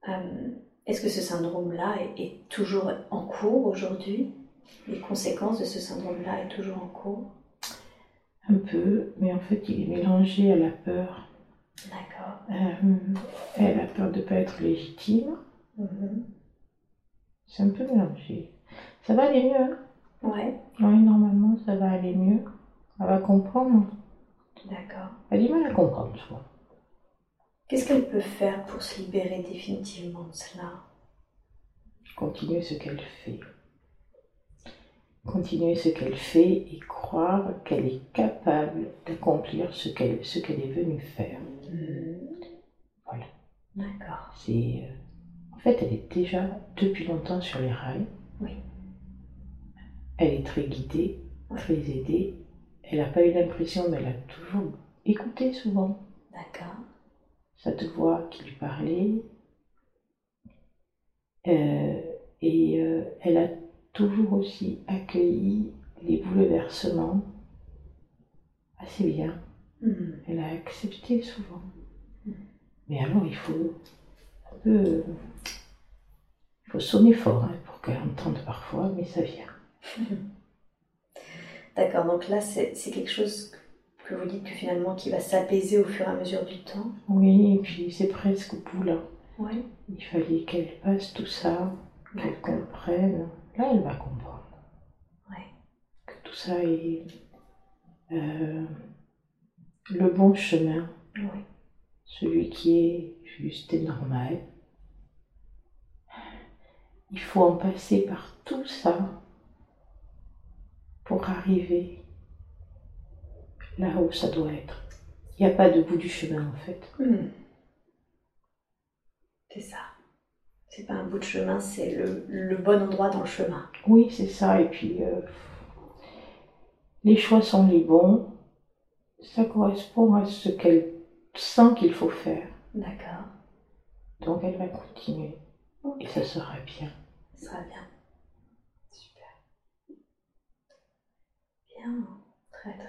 Speaker 1: Euh, Est-ce que ce syndrome-là est, est toujours en cours aujourd'hui Les conséquences de ce syndrome-là est toujours en cours
Speaker 2: Un peu, mais en fait, il est mélangé à la peur.
Speaker 1: D'accord.
Speaker 2: Euh, elle a peur de ne pas être légitime.
Speaker 1: Mhm.
Speaker 2: C'est un peu mélangé. Ça va aller mieux. hein
Speaker 1: Ouais.
Speaker 2: Oui, normalement, ça va aller mieux. Elle va comprendre.
Speaker 1: D'accord.
Speaker 2: Elle a du mal à comprendre, souvent.
Speaker 1: Qu'est-ce qu'elle peut faire pour se libérer définitivement de cela
Speaker 2: Continuer ce qu'elle fait. continuer ce qu'elle fait et croire qu'elle est capable d'accomplir ce qu'elle ce qu'elle est venue faire.
Speaker 1: Mm.
Speaker 2: Voilà.
Speaker 1: D'accord.
Speaker 2: C'est euh, en fait elle est déjà depuis longtemps sur les rails.
Speaker 1: Oui.
Speaker 2: Elle est très guidée, très aidée. Elle n'a pas eu l'impression, mais elle a toujours écouté souvent.
Speaker 1: D'accord.
Speaker 2: sa te voix qui lui parlait. Euh, et euh, elle a toujours aussi accueilli les bouleversements assez bien.
Speaker 1: Mhm.
Speaker 2: Elle a accepté souvent. Mais alors il faut un peu. euh, Il faut sonner fort hein, pour qu'elle entende parfois, mais ça vient.
Speaker 1: D'accord. Donc là, c'est c'est quelque chose que vous dites que finalement qui va s'apaiser au fur et à mesure du temps.
Speaker 2: Oui, et puis c'est presque au bout là.
Speaker 1: Oui.
Speaker 2: Il fallait qu'elle passe tout ça, qu'elle
Speaker 1: D'accord.
Speaker 2: comprenne. Là, elle va comprendre.
Speaker 1: Ouais.
Speaker 2: Que tout ça est euh, le bon chemin,
Speaker 1: Oui.
Speaker 2: celui qui est juste et normal. Il faut en passer par tout ça pour arriver là où ça doit être. Il n'y a pas de bout du chemin en fait.
Speaker 1: Mhm. C'est ça. C'est pas un bout de chemin, c'est le, le bon endroit dans le chemin.
Speaker 2: Oui, c'est ça. Et puis, euh, les choix sont les bons. Ça correspond à ce qu'elle sent qu'il faut faire.
Speaker 1: D'accord.
Speaker 2: Donc, elle va continuer. Et ça sera bien.
Speaker 1: Ça sera bien. Super. Bien. hein. Très très bien.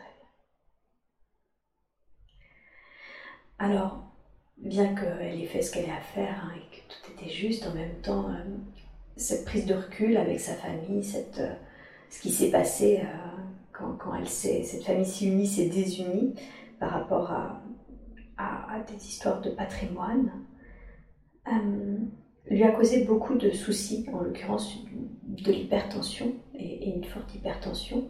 Speaker 1: Alors, bien qu'elle ait fait ce qu'elle a à faire hein, et que tout était juste, en même temps, euh, cette prise de recul avec sa famille, cette, euh, ce qui s'est passé euh, quand, quand elle s'est- cette famille s'est unie, s'est désunie par rapport à, à- à des histoires de patrimoine. euh, lui a causé beaucoup de soucis, en l'occurrence de l'hypertension et, et une forte hypertension.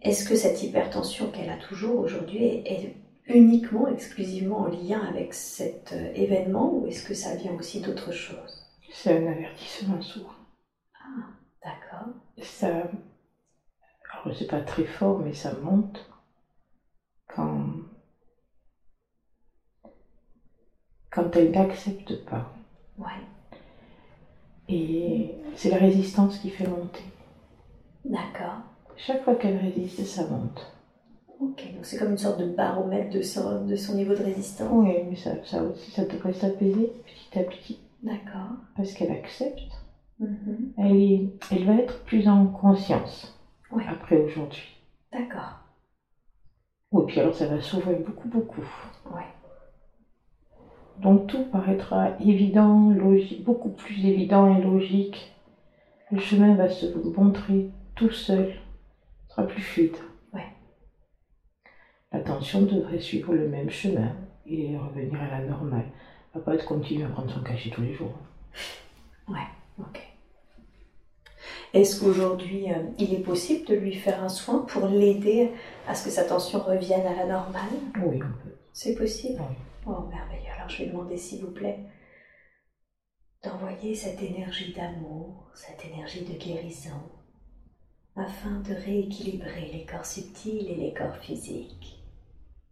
Speaker 1: Est-ce que cette hypertension qu'elle a toujours aujourd'hui est, est uniquement, exclusivement en lien avec cet euh, événement ou est-ce que ça vient aussi d'autre chose
Speaker 2: C'est un avertissement sourd.
Speaker 1: D'accord.
Speaker 2: Ça. Alors, c'est pas très fort, mais ça monte. Quand. Quand elle n'accepte pas.
Speaker 1: Ouais.
Speaker 2: Et c'est la résistance qui fait monter.
Speaker 1: D'accord.
Speaker 2: Chaque fois qu'elle résiste, ça monte.
Speaker 1: Ok. Donc c'est comme une sorte de baromètre de son, de son niveau de résistance.
Speaker 2: Oui, mais ça, ça aussi, ça devrait s'apaiser petit à petit,
Speaker 1: D'accord.
Speaker 2: parce qu'elle accepte.
Speaker 1: Mhm.
Speaker 2: Elle, est- elle va être plus en conscience
Speaker 1: Ouais.
Speaker 2: après aujourd'hui.
Speaker 1: D'accord.
Speaker 2: Oui, puis alors ça va s'ouvrir beaucoup, beaucoup.
Speaker 1: Ouais.
Speaker 2: Donc tout paraîtra évident, logique, beaucoup plus évident et logique. Le chemin va se montrer tout seul, Ce sera plus fluide.
Speaker 1: Ouais.
Speaker 2: La tension devrait suivre le même chemin et revenir à la normale. Elle va pas être continuer à prendre son cachet tous les jours.
Speaker 1: Ok. Est-ce qu'aujourd'hui, euh, il est possible de lui faire un soin pour l'aider à ce que sa tension revienne à la normale
Speaker 2: Oui, on peut.
Speaker 1: C'est possible
Speaker 2: Oui.
Speaker 1: Oh, merveilleux. Alors, je vais demander, s'il vous plaît, d'envoyer cette énergie d'amour, cette énergie de guérison, afin de rééquilibrer les corps subtils et les corps physiques,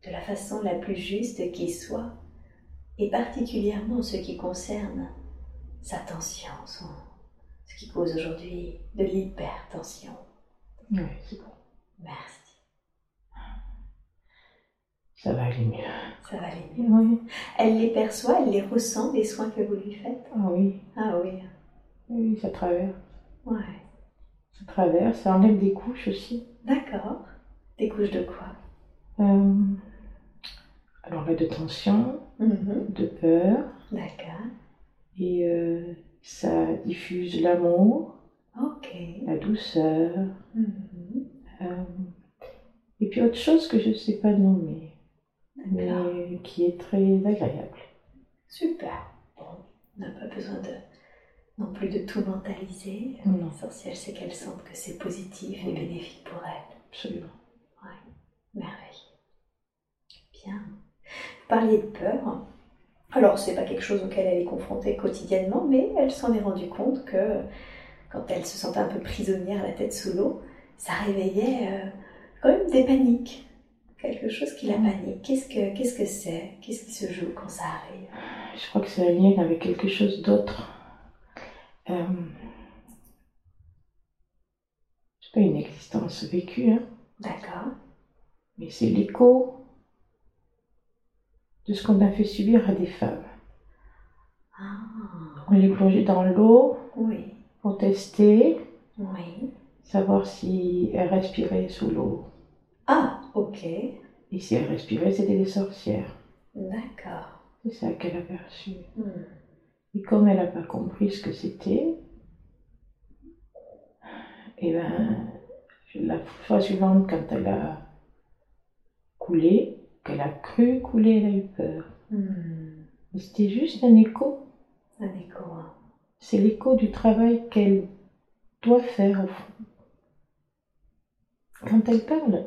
Speaker 1: de la façon la plus juste qui soit, et particulièrement ce qui concerne sa tension, son- ce qui cause aujourd'hui de l'hypertension.
Speaker 2: Oui, c'est bon.
Speaker 1: Merci.
Speaker 2: Ça va aller mieux.
Speaker 1: Ça va aller mieux.
Speaker 2: Oui.
Speaker 1: Elle les perçoit, elle les ressent, les soins que vous lui faites
Speaker 2: Ah oui,
Speaker 1: Ah oui,
Speaker 2: oui, ça traverse.
Speaker 1: ouais.
Speaker 2: Ça traverse, ça enlève des couches aussi.
Speaker 1: D'accord. Des couches de quoi
Speaker 2: Euh, Alors là, de tension, de peur,
Speaker 1: D'accord.
Speaker 2: et euh, ça diffuse l'amour,
Speaker 1: Ok.
Speaker 2: la douceur,
Speaker 1: Mhm.
Speaker 2: euh, et puis autre chose que je ne sais pas nommer,
Speaker 1: D'accord.
Speaker 2: mais qui est très agréable.
Speaker 1: Super. Bon, on n'a pas besoin de non plus de tout mentaliser.
Speaker 2: Non,
Speaker 1: L'essentiel, c'est qu'elle sente que c'est positif et
Speaker 2: Oui.
Speaker 1: bénéfique pour elle.
Speaker 2: absolument.
Speaker 1: Merveilleux. Bien. Vous parliez de peur. Alors, c'est pas quelque chose auquel elle est confrontée quotidiennement, mais elle s'en est rendue compte que quand elle se sentait un peu prisonnière, la tête sous l'eau, ça réveillait euh, quand même des paniques. Quelque chose qui la panique. Qu'est-ce que qu'est-ce que c'est Qu'est-ce qui se joue quand ça arrive
Speaker 2: Je crois que c'est un lien avec quelque chose d'autre. Euh, c'est pas une existence vécue, hein,
Speaker 1: D'accord.
Speaker 2: mais c'est l'écho de ce qu'on a fait subir à des femmes.
Speaker 1: Ah,
Speaker 2: On les plongeait dans l'eau
Speaker 1: oui,
Speaker 2: pour tester,
Speaker 1: oui.
Speaker 2: savoir si elles respiraient sous l'eau.
Speaker 1: Ah, ok.
Speaker 2: Et si elles respiraient, c'était des sorcières.
Speaker 1: D'accord.
Speaker 2: C'est ça qu'elle a perçu.
Speaker 1: Hmm.
Speaker 2: Et comme elle n'a pas compris ce que c'était, et ben, la fois suivante, quand elle a coulé, qu'elle a cru couler, elle a eu peur.
Speaker 1: Hmm.
Speaker 2: Mais c'était juste un écho.
Speaker 1: Un écho. hein.
Speaker 2: C'est l'écho du travail qu'elle doit faire au fond. Quand elle parle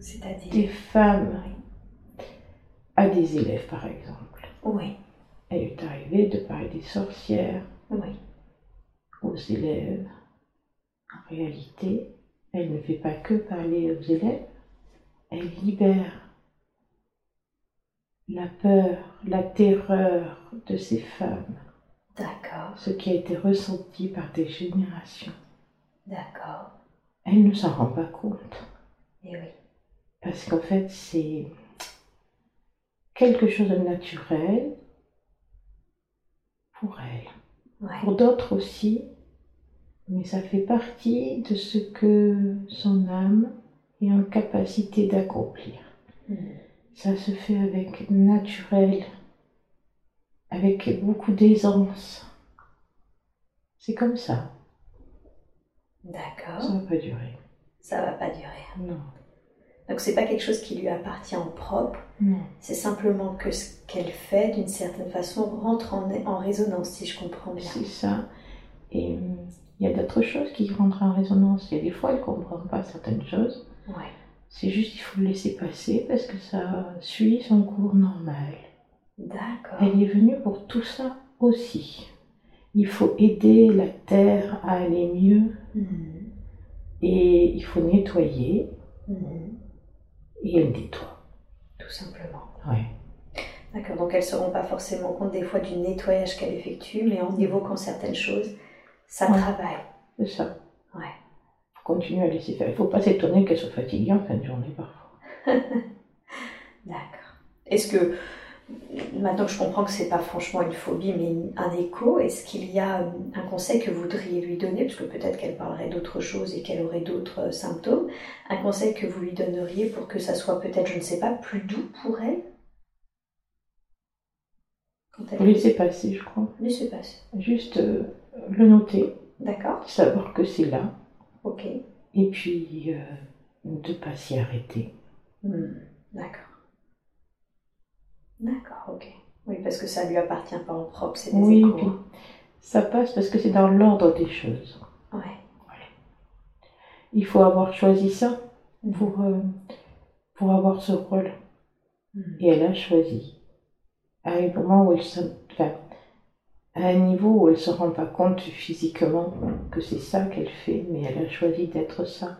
Speaker 1: C'est-à-dire.
Speaker 2: des femmes à des élèves, par exemple,
Speaker 1: Oui,
Speaker 2: elle est arrivée de parler des sorcières.
Speaker 1: oui.
Speaker 2: aux élèves. En réalité, elle ne fait pas que parler aux élèves, elle libère la peur, la terreur de ces femmes,
Speaker 1: D'accord,
Speaker 2: ce qui a été ressenti par des générations.
Speaker 1: d'accord.
Speaker 2: Elle ne s'en rend pas compte,
Speaker 1: Et oui.
Speaker 2: parce qu'en fait, c'est quelque chose de naturel pour elle.
Speaker 1: Ouais.
Speaker 2: pour d'autres aussi, mais ça fait partie de ce que son âme est en capacité d'accomplir.
Speaker 1: Hmm.
Speaker 2: Ça se fait avec naturel, avec beaucoup d'aisance. C'est comme ça, ça
Speaker 1: D'accord.
Speaker 2: va pas durer.
Speaker 1: Ça va pas durer.
Speaker 2: Non,
Speaker 1: Donc c'est pas quelque chose qui lui appartient en propre.
Speaker 2: non,
Speaker 1: C'est simplement que ce qu'elle fait, d'une certaine façon, rentre en, en résonance, si je comprends bien.
Speaker 2: c'est ça. Et hum, il y a d'autres choses qui rentrent en résonance. Il y a des fois, elle comprend pas certaines choses.
Speaker 1: Ouais.
Speaker 2: C'est juste qu'il faut le laisser passer parce que ça suit son cours normal.
Speaker 1: D'accord.
Speaker 2: Elle est venue pour tout ça aussi. Il faut aider la terre à aller mieux
Speaker 1: Mhm.
Speaker 2: et il faut nettoyer
Speaker 1: Mhm.
Speaker 2: et elle nettoie.
Speaker 1: Tout simplement.
Speaker 2: Ouais.
Speaker 1: D'accord. Donc elles se rendent pas forcément compte des fois du nettoyage qu'elle effectue, mais en évoquant certaines choses, ça
Speaker 2: Ouais.
Speaker 1: travaille.
Speaker 2: C'est ça.
Speaker 1: Ouais.
Speaker 2: Faut continuer à laisser faire. Il faut pas s'étonner qu'elle soit fatiguée en fin de journée parfois.
Speaker 1: D'accord. Est-ce que, maintenant que je comprends que c'est pas franchement une phobie, mais une- un écho, est-ce qu'il y a euh, un conseil que vous voudriez lui donner, parce que peut-être qu'elle parlerait d'autre chose et qu'elle aurait d'autres euh, symptômes, un conseil que vous lui donneriez pour que ça soit peut-être, je ne sais pas, plus doux pour elle Quand
Speaker 2: Faut
Speaker 1: elle
Speaker 2: laisser passer, je crois.
Speaker 1: ne se passe.
Speaker 2: Juste euh, le noter,
Speaker 1: D'accord
Speaker 2: savoir que c'est là
Speaker 1: Ok.
Speaker 2: et puis euh, de pas s'y arrêter.
Speaker 1: Hmm, D'accord. D'accord, ok. Oui, parce que ça lui appartient pas en propre, c'est des
Speaker 2: Oui,
Speaker 1: échos.
Speaker 2: puis
Speaker 1: hein.
Speaker 2: ça passe parce que c'est dans l'ordre des choses.
Speaker 1: Ouais.
Speaker 2: Il faut avoir choisi ça pour, euh, pour avoir ce rôle.
Speaker 1: Hmm.
Speaker 2: Et elle a choisi. À un moment où elle se... enfin, à un niveau où elle se rend pas compte physiquement que c'est ça qu'elle fait, mais elle a choisi d'être ça.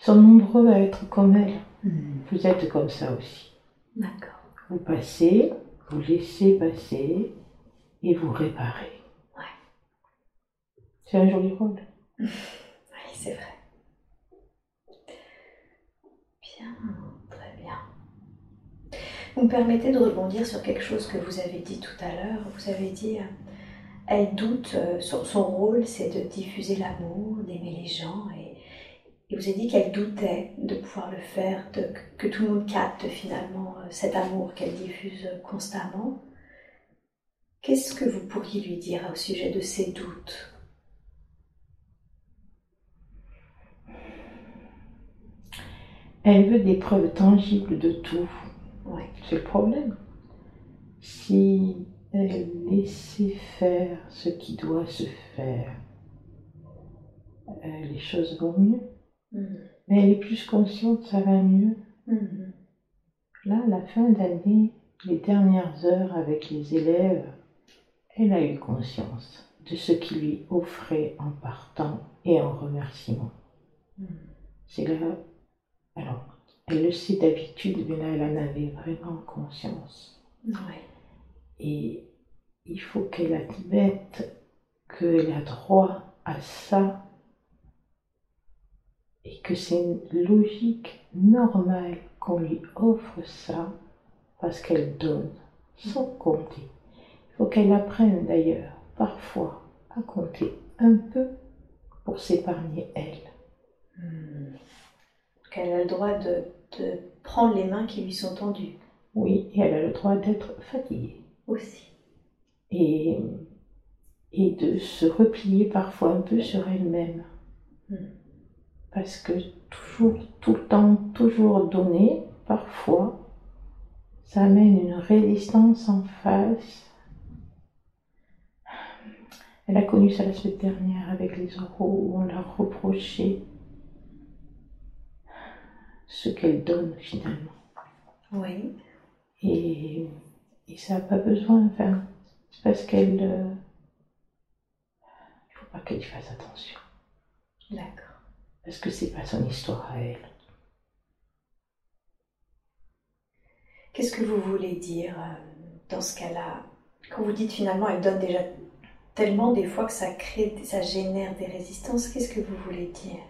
Speaker 2: Ils sont nombreux à être comme elle.
Speaker 1: Hmm.
Speaker 2: Vous êtes comme ça aussi.
Speaker 1: D'accord.
Speaker 2: Vous passez, vous laissez passer et vous réparez.
Speaker 1: Ouais.
Speaker 2: C'est un joli rôle.
Speaker 1: Oui, c'est vrai. Bien, très bien. Vous me permettez de rebondir sur quelque chose que vous avez dit tout à l'heure. Vous avez dit, euh, elle doute, euh, son, son rôle c'est de diffuser l'amour, d'aimer les gens. Et, et vous avez dit qu'elle doutait de pouvoir le faire, de- que tout le monde capte finalement euh, cet amour qu'elle diffuse euh, constamment. Qu'est-ce que vous pourriez lui dire au sujet de ses doutes
Speaker 2: Elle veut des preuves tangibles de tout.
Speaker 1: Ouais.
Speaker 2: C'est le problème. Si elle laissait faire ce qui doit se faire, euh, les choses vont mieux.
Speaker 1: Mhm.
Speaker 2: Mais elle est plus consciente, ça va mieux.
Speaker 1: Mhm.
Speaker 2: Là, la fin d'année, les dernières heures avec les élèves, elle a eu conscience. de ce qu'il lui offrait en partant et en remerciement.
Speaker 1: Hmm.
Speaker 2: C'est là, alors, elle le sait d'habitude, mais là, elle en avait vraiment conscience.
Speaker 1: Ah Ouais.
Speaker 2: Et il faut qu'elle admette qu'elle a droit à ça et que c'est une logique normale qu'on lui offre ça parce qu'elle donne sans compter. Il faut qu'elle apprenne d'ailleurs parfois à compter un peu pour s'épargner elle.
Speaker 1: Hmm. Qu'elle a le droit de, de prendre les mains qui lui sont tendues
Speaker 2: Oui, et elle a le droit d'être fatiguée.
Speaker 1: aussi.
Speaker 2: et, et de se replier parfois un peu sur elle-même.
Speaker 1: Mm.
Speaker 2: Parce que toujours, tout le temps, toujours donné, parfois, ça amène une résistance en face. Elle a connu ça la semaine dernière avec les oraux où on leur reprochait ce qu'elle donne finalement.
Speaker 1: Oui.
Speaker 2: Et, et ça n'a pas besoin, enfin, c'est parce qu'elle. euh, Il faut pas qu'elle y fasse attention,
Speaker 1: D'accord.
Speaker 2: parce que c'est pas son histoire à elle.
Speaker 1: Qu'est-ce que vous voulez dire euh, dans ce cas-là Quand vous dites finalement, elle donne déjà tellement des fois que ça crée, ça génère des résistances. Qu'est-ce que vous voulez dire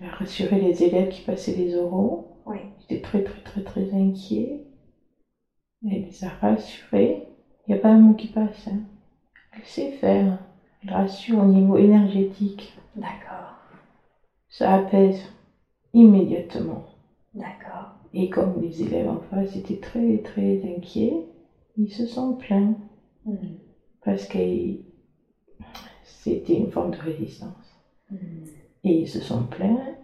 Speaker 2: Elle a rassuré les élèves qui passaient les oraux,
Speaker 1: Oui.
Speaker 2: ils étaient très très très très inquiets. Elle les a rassurés. Il n'y a pas un mot qui passe, hein. Elle sait faire. Elle rassure au niveau énergétique.
Speaker 1: D'accord.
Speaker 2: Ça apaise immédiatement.
Speaker 1: D'accord.
Speaker 2: Et comme les élèves en face étaient très très inquiets, ils se sont plaints
Speaker 1: Hmm.
Speaker 2: parce que c'était une forme de résistance.
Speaker 1: Hmm.
Speaker 2: Et ils se sont plaints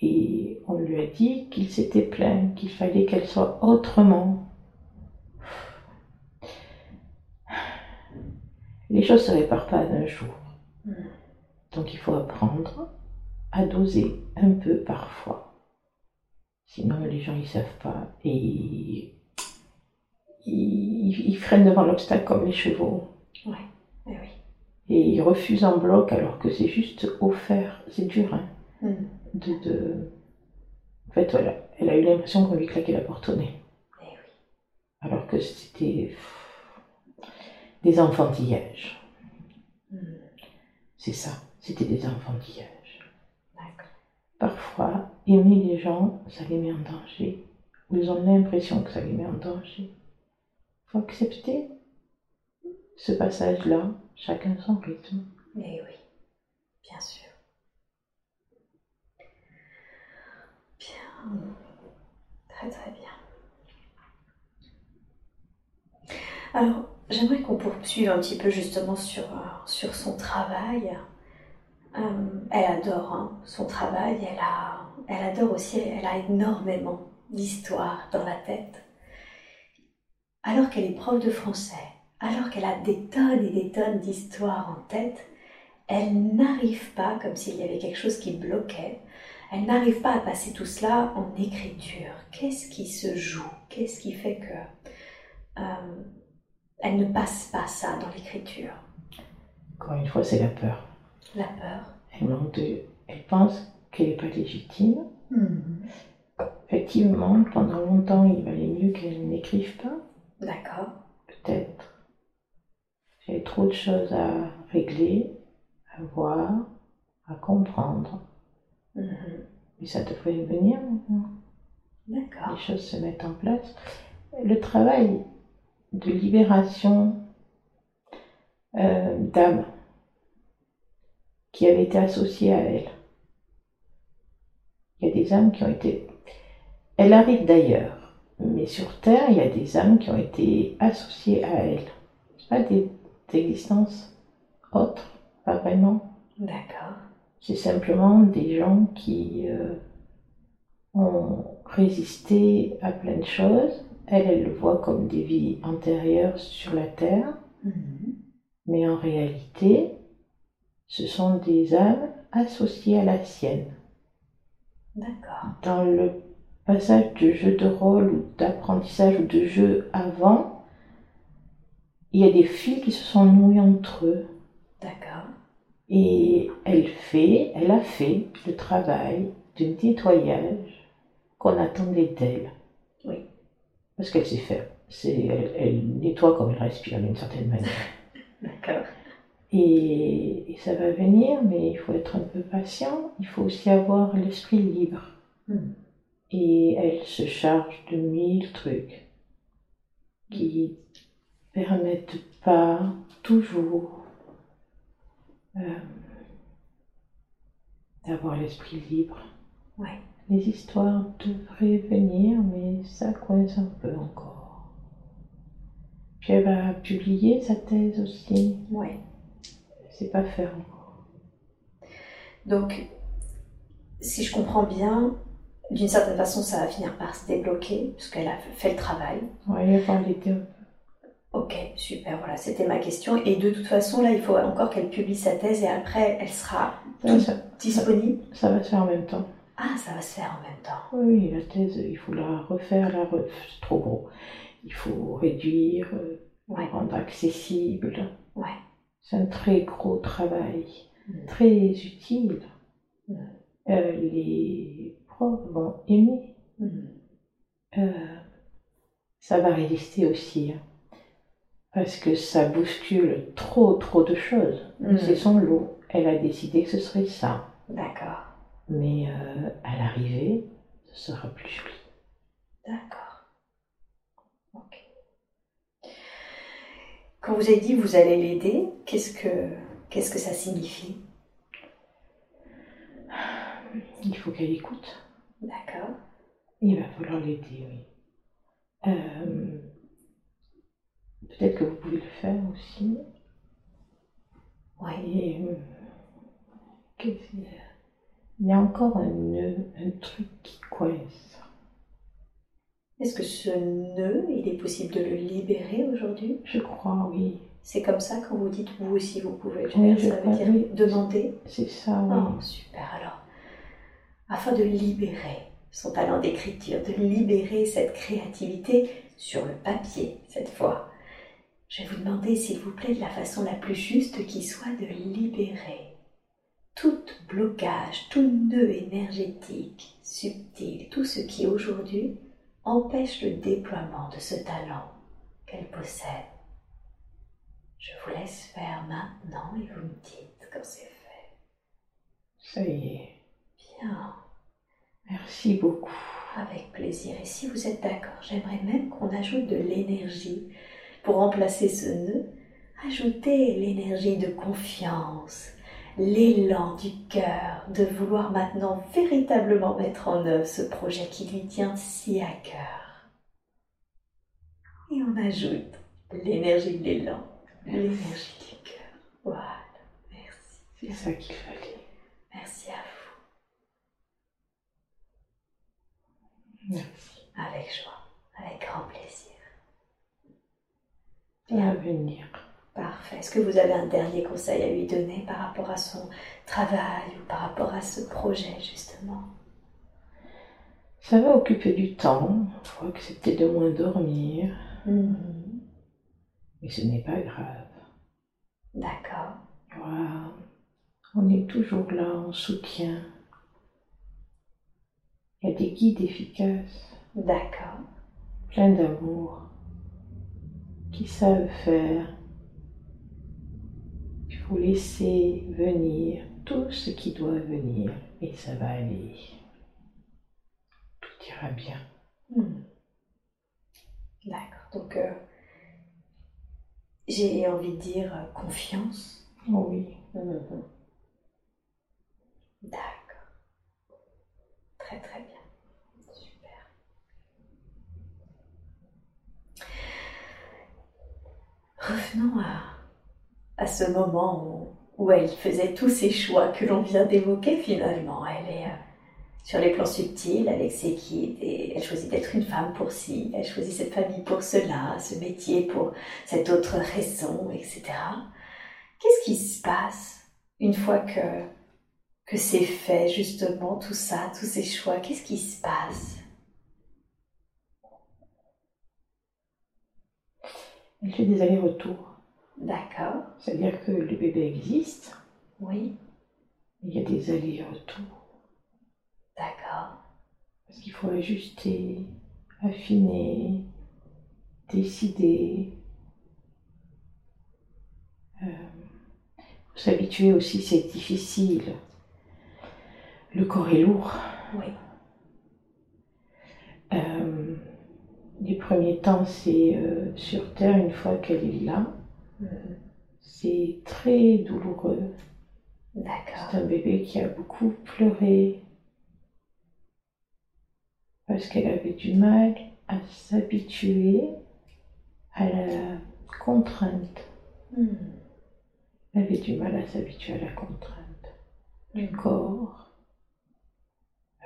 Speaker 2: et on lui a dit qu'ils s'étaient plaints, qu'il fallait qu'elle soit autrement. Les choses ne se réparent pas d'un jour.
Speaker 1: Hmm.
Speaker 2: Donc il faut apprendre à doser un peu parfois. Sinon les gens ils savent pas et ils, ils- ils freinent devant l'obstacle comme les chevaux
Speaker 1: Eh oui.
Speaker 2: et ils refusent en bloc alors que c'est juste offert. C'est dur hein,
Speaker 1: Hmm.
Speaker 2: de, de- En fait voilà, elle a eu l'impression qu'on lui claquait la porte au nez
Speaker 1: Eh oui.
Speaker 2: alors que c'était pff, des enfantillages.
Speaker 1: Hmm.
Speaker 2: C'est ça, c'était des enfantillages.
Speaker 1: D'accord.
Speaker 2: Parfois, aimer les gens, ça les met en danger. Ou Ils ont l'impression que ça les met en danger. Faut accepter ce passage-là, chacun son rythme.
Speaker 1: Eh oui. Bien sûr. Bien. Très très bien. Alors, j'aimerais qu'on poursuive un petit peu justement sur, euh, sur son travail. Euh, elle adore hein, son travail, elle, a, elle adore aussi, elle a énormément d'histoires dans la tête. Alors qu'elle est prof de français, alors qu'elle a des tonnes et des tonnes d'histoires en tête, elle n'arrive pas, comme s'il y avait quelque chose qui bloquait, elle n'arrive pas à passer tout cela en écriture. Qu'est-ce qui se joue Qu'est-ce qui fait que euh, elle ne passe pas ça dans l'écriture
Speaker 2: Encore une fois, c'est la peur.
Speaker 1: La peur.
Speaker 2: Elle, manque de- elle pense qu'elle n'est pas légitime. Effectivement, pendant longtemps, il valait mieux qu'elle n'écrive pas,
Speaker 1: D'accord.
Speaker 2: peut-être. J'avais trop de choses à régler, à voir, à comprendre.
Speaker 1: Mhm.
Speaker 2: Mais ça devrait venir maintenant. les
Speaker 1: D'accord.
Speaker 2: choses se mettent en place. Le travail de libération euh, d'âme qui avait été associé à elle. Il y a des âmes qui ont été... Elle arrive d'ailleurs, mais sur Terre, il y a des âmes qui ont été associées à elle. C'est pas des, des existences autres, pas vraiment.
Speaker 1: D'accord.
Speaker 2: C'est simplement des gens qui euh, ont résisté à plein de choses. Elle, elle le voit comme des vies antérieures sur la Terre,
Speaker 1: Mhm.
Speaker 2: mais en réalité, ce sont des âmes associées à la sienne.
Speaker 1: D'accord.
Speaker 2: Dans le passage de jeu de rôle ou d'apprentissage ou de jeu avant, il y a des fils qui se sont noués entre eux.
Speaker 1: D'accord.
Speaker 2: Et elle fait, elle a fait le travail de nettoyage qu'on attendait d'elle.
Speaker 1: Oui.
Speaker 2: Parce qu'elle sait faire. C'est, elle, elle nettoie comme elle respire d'une certaine manière.
Speaker 1: D'accord.
Speaker 2: Et, et ça va venir, mais il faut être un peu patient. Il faut aussi avoir l'esprit libre.
Speaker 1: Hmm.
Speaker 2: Et elle se charge de mille trucs qui permettent pas toujours euh, d'avoir l'esprit libre.
Speaker 1: Ouais.
Speaker 2: Les histoires devraient venir, mais ça coince un peu encore. Puis elle va publier sa thèse aussi.
Speaker 1: Ouais.
Speaker 2: C'est pas faire encore.
Speaker 1: Donc, si je comprends bien, d'une certaine façon, ça va finir par se débloquer, puisqu'elle a fait le travail.
Speaker 2: Ouais, il va falloir l'aider.
Speaker 1: Ok, super, voilà, c'était ma question. Et de toute façon, là, il faut encore qu'elle publie sa thèse et après, elle sera
Speaker 2: Ça, ça,
Speaker 1: disponible.
Speaker 2: ça va se faire en même temps.
Speaker 1: Ah, ça va se faire en même temps.
Speaker 2: Oui, la thèse, il faut la refaire, la re- c'est trop gros. Il faut réduire, euh,
Speaker 1: Ouais.
Speaker 2: rendre accessible.
Speaker 1: Ouais.
Speaker 2: C'est un très gros travail,
Speaker 1: Mm.
Speaker 2: très utile.
Speaker 1: Mm.
Speaker 2: Euh, les profs vont aimer.
Speaker 1: Mhm.
Speaker 2: Euh, ça va résister aussi, hein, parce que ça bouscule trop, trop de choses.
Speaker 1: Mhm.
Speaker 2: C'est son lot. Elle a décidé que ce serait ça.
Speaker 1: D'accord,
Speaker 2: Mais euh, à l'arrivée, ce sera plus joli.
Speaker 1: d'accord. Ok. Quand vous avez dit vous allez l'aider, qu'est-ce que qu'est-ce que ça signifie
Speaker 2: Il faut qu'elle écoute.
Speaker 1: D'accord.
Speaker 2: Il va falloir l'aider, oui. Euh, Peut-être que vous pouvez le faire aussi.
Speaker 1: Oui.
Speaker 2: Et, euh, qu'est-ce qu'il y a Il y a encore un, nœud, un truc qui coince.
Speaker 1: Est-ce que ce nœud, il est possible de le libérer aujourd'hui
Speaker 2: Je crois, oui.
Speaker 1: C'est comme ça quand vous dites vous aussi vous pouvez le
Speaker 2: Oui,
Speaker 1: faire,
Speaker 2: je
Speaker 1: ça veut
Speaker 2: crois,
Speaker 1: dire
Speaker 2: oui.
Speaker 1: demander
Speaker 2: C'est ça, oui.
Speaker 1: Oh, super. Alors, afin de libérer son talent d'écriture, de libérer cette créativité sur le papier, cette fois, je vais vous demander, s'il vous plaît, de la façon la plus juste qui soit, de libérer tout blocage, tout nœud énergétique, subtil, tout ce qui aujourd'hui empêche le déploiement de ce talent qu'elle possède. Je vous laisse faire maintenant et vous me dites quand c'est fait.
Speaker 2: Ça y est.
Speaker 1: Bien,
Speaker 2: Merci beaucoup.
Speaker 1: avec plaisir. Et si vous êtes d'accord, j'aimerais même qu'on ajoute de l'énergie pour remplacer ce nœud. Ajoutez l'énergie de confiance, l'élan du cœur, de vouloir maintenant véritablement mettre en œuvre ce projet qui lui tient si à cœur. Et on ajoute l'énergie de l'élan, l'énergie du cœur. Voilà, merci.
Speaker 2: C'est ça qu'il fallait.
Speaker 1: Merci à vous,
Speaker 2: Merci.
Speaker 1: avec joie, avec grand plaisir. Ah,
Speaker 2: Et à venir.
Speaker 1: Parfait. Est-ce que vous avez un dernier conseil à lui donner par rapport à son travail ou par rapport à ce projet, justement
Speaker 2: Ça va occuper du temps. Il faut accepter de moins dormir.
Speaker 1: Mhm.
Speaker 2: Mais ce n'est pas grave.
Speaker 1: D'accord.
Speaker 2: Voilà. On est toujours là en soutien. Il y a des guides efficaces,
Speaker 1: D'accord.
Speaker 2: pleins d'amour, qui savent faire. Il faut laisser venir tout ce qui doit venir et ça va aller. Tout ira bien.
Speaker 1: Mhm. D'accord. Donc, euh, j'ai envie de dire euh, confiance.
Speaker 2: Oh oui.
Speaker 1: Mhm. D'accord. Très très bien. Super. Revenons à, à ce moment où, où elle faisait tous ces choix que l'on vient d'évoquer finalement. Elle est euh, sur les plans subtils avec ses guides et elle choisit d'être une femme pour ci, elle choisit cette famille pour cela, ce métier pour cette autre raison, etc. Qu'est-ce qui se passe une fois que, que c'est fait justement tout ça, tous ces choix Qu'est-ce qui se passe
Speaker 2: Elle fait des allers-retours.
Speaker 1: D'accord.
Speaker 2: C'est-à-dire que le bébé existe,
Speaker 1: Oui.
Speaker 2: il y a des allers-retours,
Speaker 1: D'accord.
Speaker 2: parce qu'il faut ajuster, affiner, décider, Euh, s'habituer aussi, c'est difficile. Le corps est lourd.
Speaker 1: Oui.
Speaker 2: Euh, les premiers temps, c'est euh, sur Terre, une fois qu'elle est là,
Speaker 1: Mhm.
Speaker 2: c'est très douloureux.
Speaker 1: D'accord.
Speaker 2: C'est un bébé qui a beaucoup pleuré parce qu'elle avait du mal à s'habituer à la contrainte.
Speaker 1: Mhm.
Speaker 2: Elle avait du mal à s'habituer à la contrainte du
Speaker 1: Mhm.
Speaker 2: corps,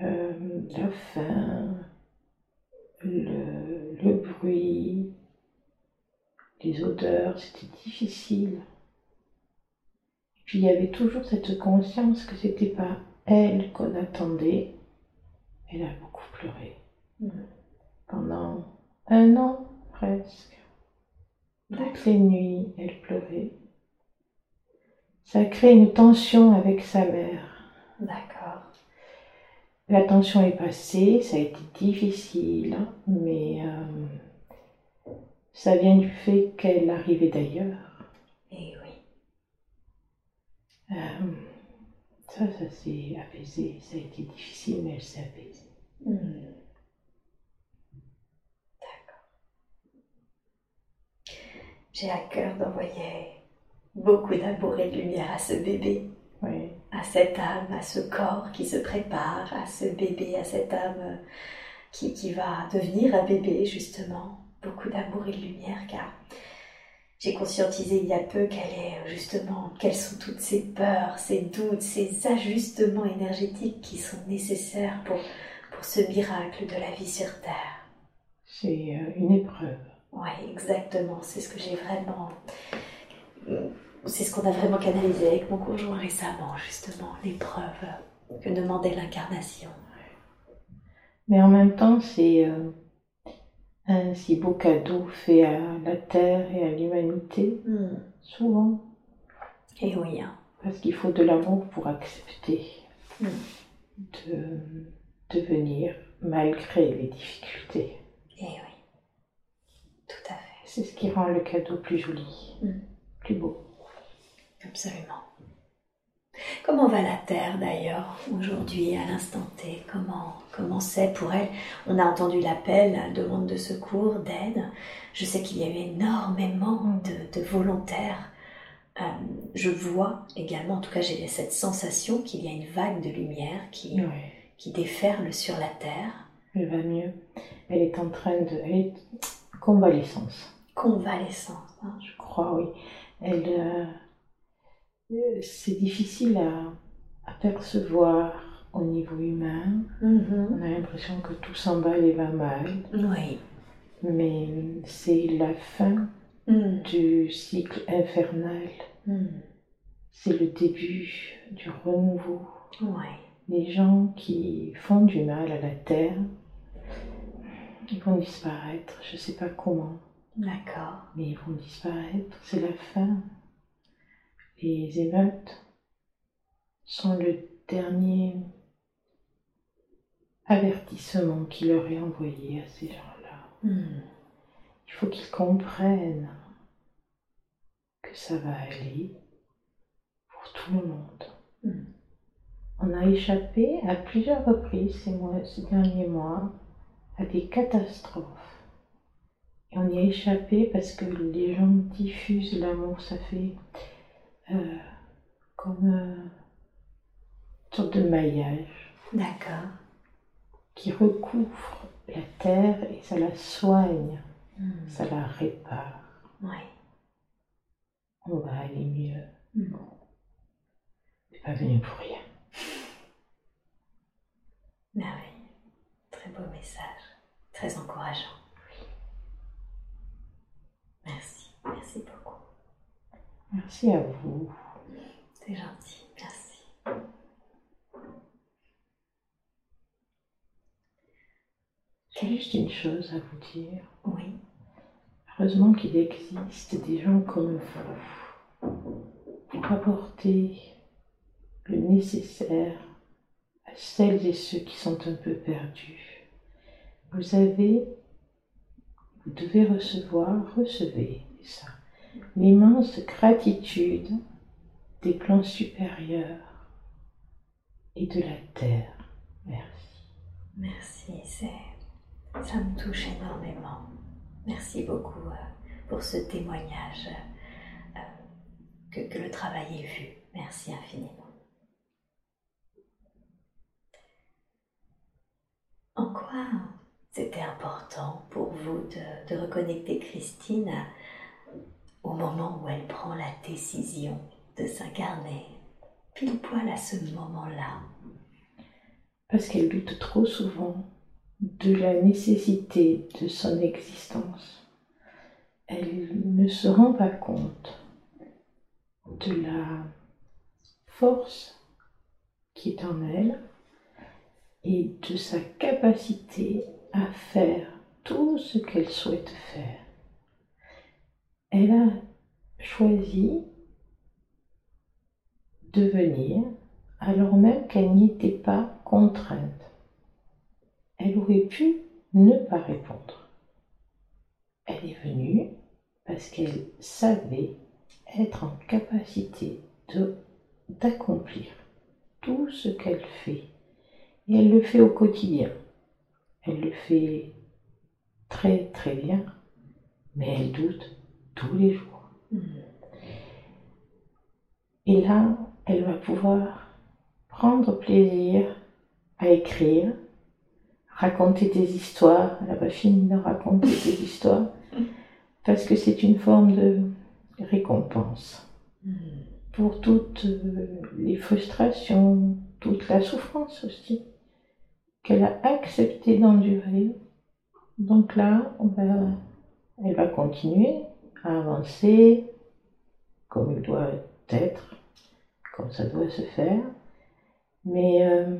Speaker 2: euh, la faim, le, le bruit, les odeurs, c'était difficile. Puis il y avait toujours cette conscience que c'était pas elle qu'on attendait. Elle a beaucoup pleuré
Speaker 1: Mhm.
Speaker 2: pendant un an presque.
Speaker 1: D'accord.
Speaker 2: Toutes les nuits, elle pleurait. Ça crée une tension avec sa mère.
Speaker 1: D'accord.
Speaker 2: La tension est passée, ça a été difficile, mais euh, ça vient du fait qu'elle arrivait d'ailleurs.
Speaker 1: Et Eh oui.
Speaker 2: Euh, ça, ça s'est apaisé, ça a été difficile, mais elle s'est apaisée.
Speaker 1: Mhm. D'accord. J'ai à cœur d'envoyer beaucoup d'amour et de lumière à ce bébé.
Speaker 2: Oui,
Speaker 1: à cette âme, à ce corps qui se prépare, à ce bébé, à cette âme euh, qui, qui va devenir un bébé, justement. Beaucoup d'amour et de lumière, car j'ai conscientisé il y a peu qu'elle est euh, justement, quelles sont toutes ces peurs, ces doutes, ces ajustements énergétiques qui sont nécessaires pour, pour ce miracle de la vie sur Terre.
Speaker 2: c'est euh, une épreuve.
Speaker 1: Oui, exactement. C'est ce que j'ai vraiment. C'est ce qu'on a vraiment canalisé avec mon conjoint récemment, justement, l'épreuve que demandait l'incarnation.
Speaker 2: Mais en même temps, c'est euh, un si beau cadeau fait à la Terre et à l'humanité, souvent,
Speaker 1: Et oui, hein.
Speaker 2: parce qu'il faut de l'amour pour accepter
Speaker 1: Mm.
Speaker 2: de, de venir malgré les difficultés.
Speaker 1: Et oui. Eh Tout à fait.
Speaker 2: C'est ce qui rend le cadeau plus joli,
Speaker 1: Mm.
Speaker 2: plus beau.
Speaker 1: Absolument. Comment va la Terre d'ailleurs aujourd'hui, à l'instant T Comment comment c'est pour elle On a entendu l'appel, la demande de secours, d'aide. Je sais qu'il y a eu énormément de, de volontaires. Euh, je vois également, en tout cas j'ai cette sensation qu'il y a une vague de lumière qui,
Speaker 2: Ouais,
Speaker 1: qui déferle sur la Terre.
Speaker 2: elle va mieux. Elle est en train de. Elle est convalescence,
Speaker 1: Convalescence. hein.
Speaker 2: je crois, oui. Elle. euh, euh, C'est difficile à, à percevoir au niveau humain. On a l'impression que tout s'emballe et va mal.
Speaker 1: Oui.
Speaker 2: Mais c'est la fin
Speaker 1: Mm.
Speaker 2: du cycle infernal.
Speaker 1: Mm.
Speaker 2: C'est le début du renouveau.
Speaker 1: Oui.
Speaker 2: les gens qui font du mal à la terre ils vont disparaître, je sais pas comment,
Speaker 1: D'accord.
Speaker 2: mais ils vont disparaître, c'est la fin. Les émeutes sont le dernier avertissement qui leur est envoyé à ces gens-là.
Speaker 1: Mm.
Speaker 2: Il faut qu'ils comprennent que ça va aller pour tout le monde.
Speaker 1: Mm.
Speaker 2: On a échappé à plusieurs reprises ces, mois- ces derniers mois à des catastrophes. Et on y a échappé parce que les gens diffusent l'amour, ça fait euh, comme euh, une sorte de maillage
Speaker 1: D'accord.
Speaker 2: qui recouvre la terre et ça la soigne,
Speaker 1: Mm.
Speaker 2: ça la répare.
Speaker 1: Oui.
Speaker 2: On va aller bah, mieux.
Speaker 1: Mm.
Speaker 2: T'es pas venu pour rien.
Speaker 1: Merveilleux. Ah Très beau message. Très encourageant. Merci. Merci beaucoup.
Speaker 2: Merci à vous.
Speaker 1: C'est gentil. Merci.
Speaker 2: J'ai juste une chose à vous dire.
Speaker 1: Oui.
Speaker 2: Heureusement qu'il existe des gens comme vous pour apporter le nécessaire à celles et ceux qui sont un peu perdus. Vous avez, vous devez recevoir, recevez c'est ça, l'immense gratitude des plans supérieurs et de la terre. Merci.
Speaker 1: Merci, c'est... ça me touche énormément. Merci beaucoup euh, pour ce témoignage, euh, que, que le travail est vu. Merci infiniment. En quoi c'était important pour vous de, de reconnecter Christine à- au moment où elle prend la décision de s'incarner, pile poil à ce moment-là
Speaker 2: Parce qu'elle doute trop souvent de la nécessité de son existence. Elle ne se rend pas compte de la force qui est en elle et de sa capacité à faire tout ce qu'elle souhaite faire. Elle a choisi de venir alors même qu'elle n'y était pas contrainte. Elle aurait pu ne pas répondre. Elle est venue parce qu'elle savait être en capacité de- d'accomplir tout ce qu'elle fait. Et elle le fait au quotidien. Elle le fait très très bien, mais elle doute tous les jours.
Speaker 1: Hmm.
Speaker 2: Et là, elle va pouvoir prendre plaisir à écrire, raconter des histoires. Elle va finir de raconter des histoires parce que c'est une forme de récompense
Speaker 1: Hmm.
Speaker 2: pour toutes euh, les frustrations, toute la souffrance aussi qu'elle a accepté d'endurer. Donc là, on va- elle va continuer à avancer comme il doit être, comme ça doit se faire. Mais euh,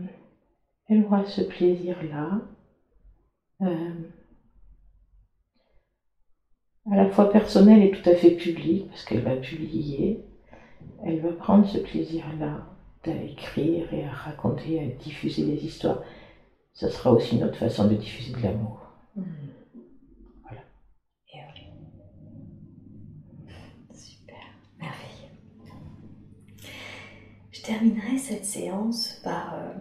Speaker 2: elle aura ce plaisir-là, euh, à la fois personnel et tout à fait public, parce qu'elle va publier. Elle va prendre ce plaisir-là à écrire et à raconter, à diffuser des histoires. Ça sera aussi notre façon de diffuser de l'amour.
Speaker 1: Hmm.
Speaker 2: Voilà.
Speaker 1: Et oui. Super, merveilleux. Je terminerai cette séance par euh,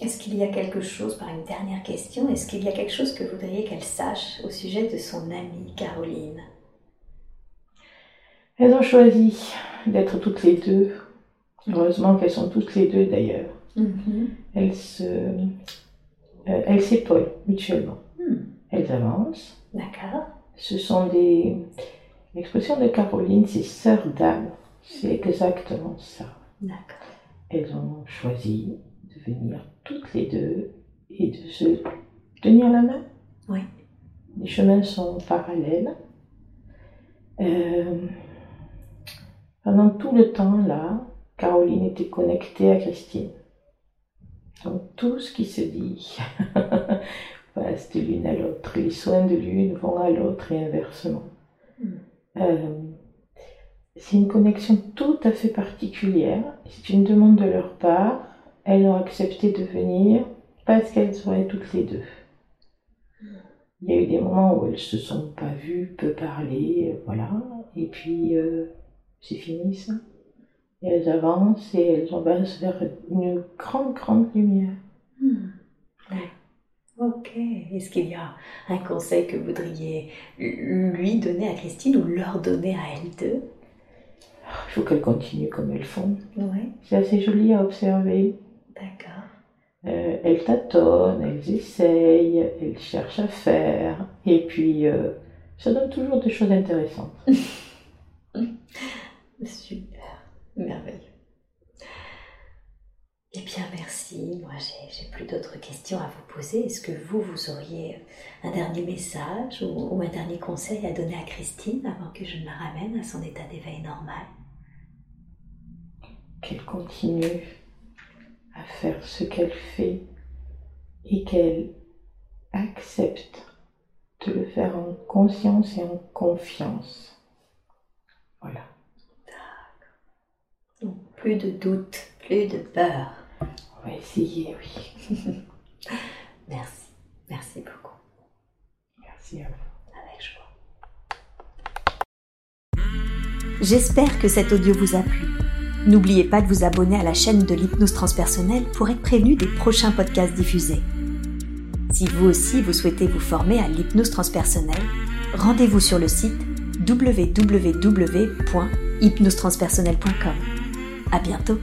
Speaker 1: est-ce qu'il y a quelque chose, par une dernière question, est-ce qu'il y a quelque chose que vous voudriez qu'elle sache au sujet de son amie Caroline
Speaker 2: Elles ont choisi d'être toutes les deux. Heureusement qu'elles sont toutes les deux d'ailleurs. Elles se, euh, elles s'épaulent mutuellement.
Speaker 1: Hmm.
Speaker 2: Elles avancent.
Speaker 1: D'accord
Speaker 2: Ce sont des. L'expression de Caroline, c'est sœur d'âme. C'est exactement ça.
Speaker 1: D'accord.
Speaker 2: Elles ont choisi de venir toutes les deux et de se tenir la main.
Speaker 1: Oui.
Speaker 2: Les chemins sont parallèles. Euh, pendant tout le temps là, Caroline était connectée à Christine. Donc tout ce qui se dit passe de l'une à l'autre. Les soins de l'une vont à l'autre et inversement.
Speaker 1: Mm.
Speaker 2: Euh, c'est une connexion tout à fait particulière. C'est une demande de leur part. Elles ont accepté de venir parce qu'elles seraient toutes les deux. Il y a eu des moments où elles se sont pas vues, peu parlées, euh, voilà. Et puis, euh, c'est fini ça. Et elles avancent et elles avancent vers une grande, grande lumière.
Speaker 1: Hmm. Ok. Est-ce qu'il y a un conseil que vous voudriez lui donner à Christine ou leur donner à elles deux
Speaker 2: Il faut qu'elles continuent comme elles font.
Speaker 1: Oui.
Speaker 2: C'est assez joli à observer.
Speaker 1: D'accord.
Speaker 2: Euh, elles tâtonnent, elles essayent, elles cherchent à faire. Et puis, euh, ça donne toujours des choses intéressantes.
Speaker 1: Super, merveilleux. Eh bien, merci. Moi, j'ai- j'ai plus d'autres questions à vous poser. Est-ce que vous, vous auriez un dernier message ou, ou un dernier conseil à donner à Christine avant que je ne la ramène à son état d'éveil normal
Speaker 2: qu'elle continue à faire ce qu'elle fait et qu'elle accepte de le faire en conscience et en confiance. Voilà.
Speaker 3: Donc, plus de doute, plus de peur.
Speaker 2: On va essayer, oui.
Speaker 3: Merci. Merci beaucoup.
Speaker 2: Merci à vous.
Speaker 3: Avec joie.
Speaker 1: J'espère que cet audio vous a plu. N'oubliez pas de vous abonner à la chaîne de l'hypnose transpersonnelle pour être prévenu des prochains podcasts diffusés. Si vous aussi vous souhaitez vous former à l'hypnose transpersonnelle, rendez-vous sur le site www.hypnosetranspersonnelle.com. À bientôt.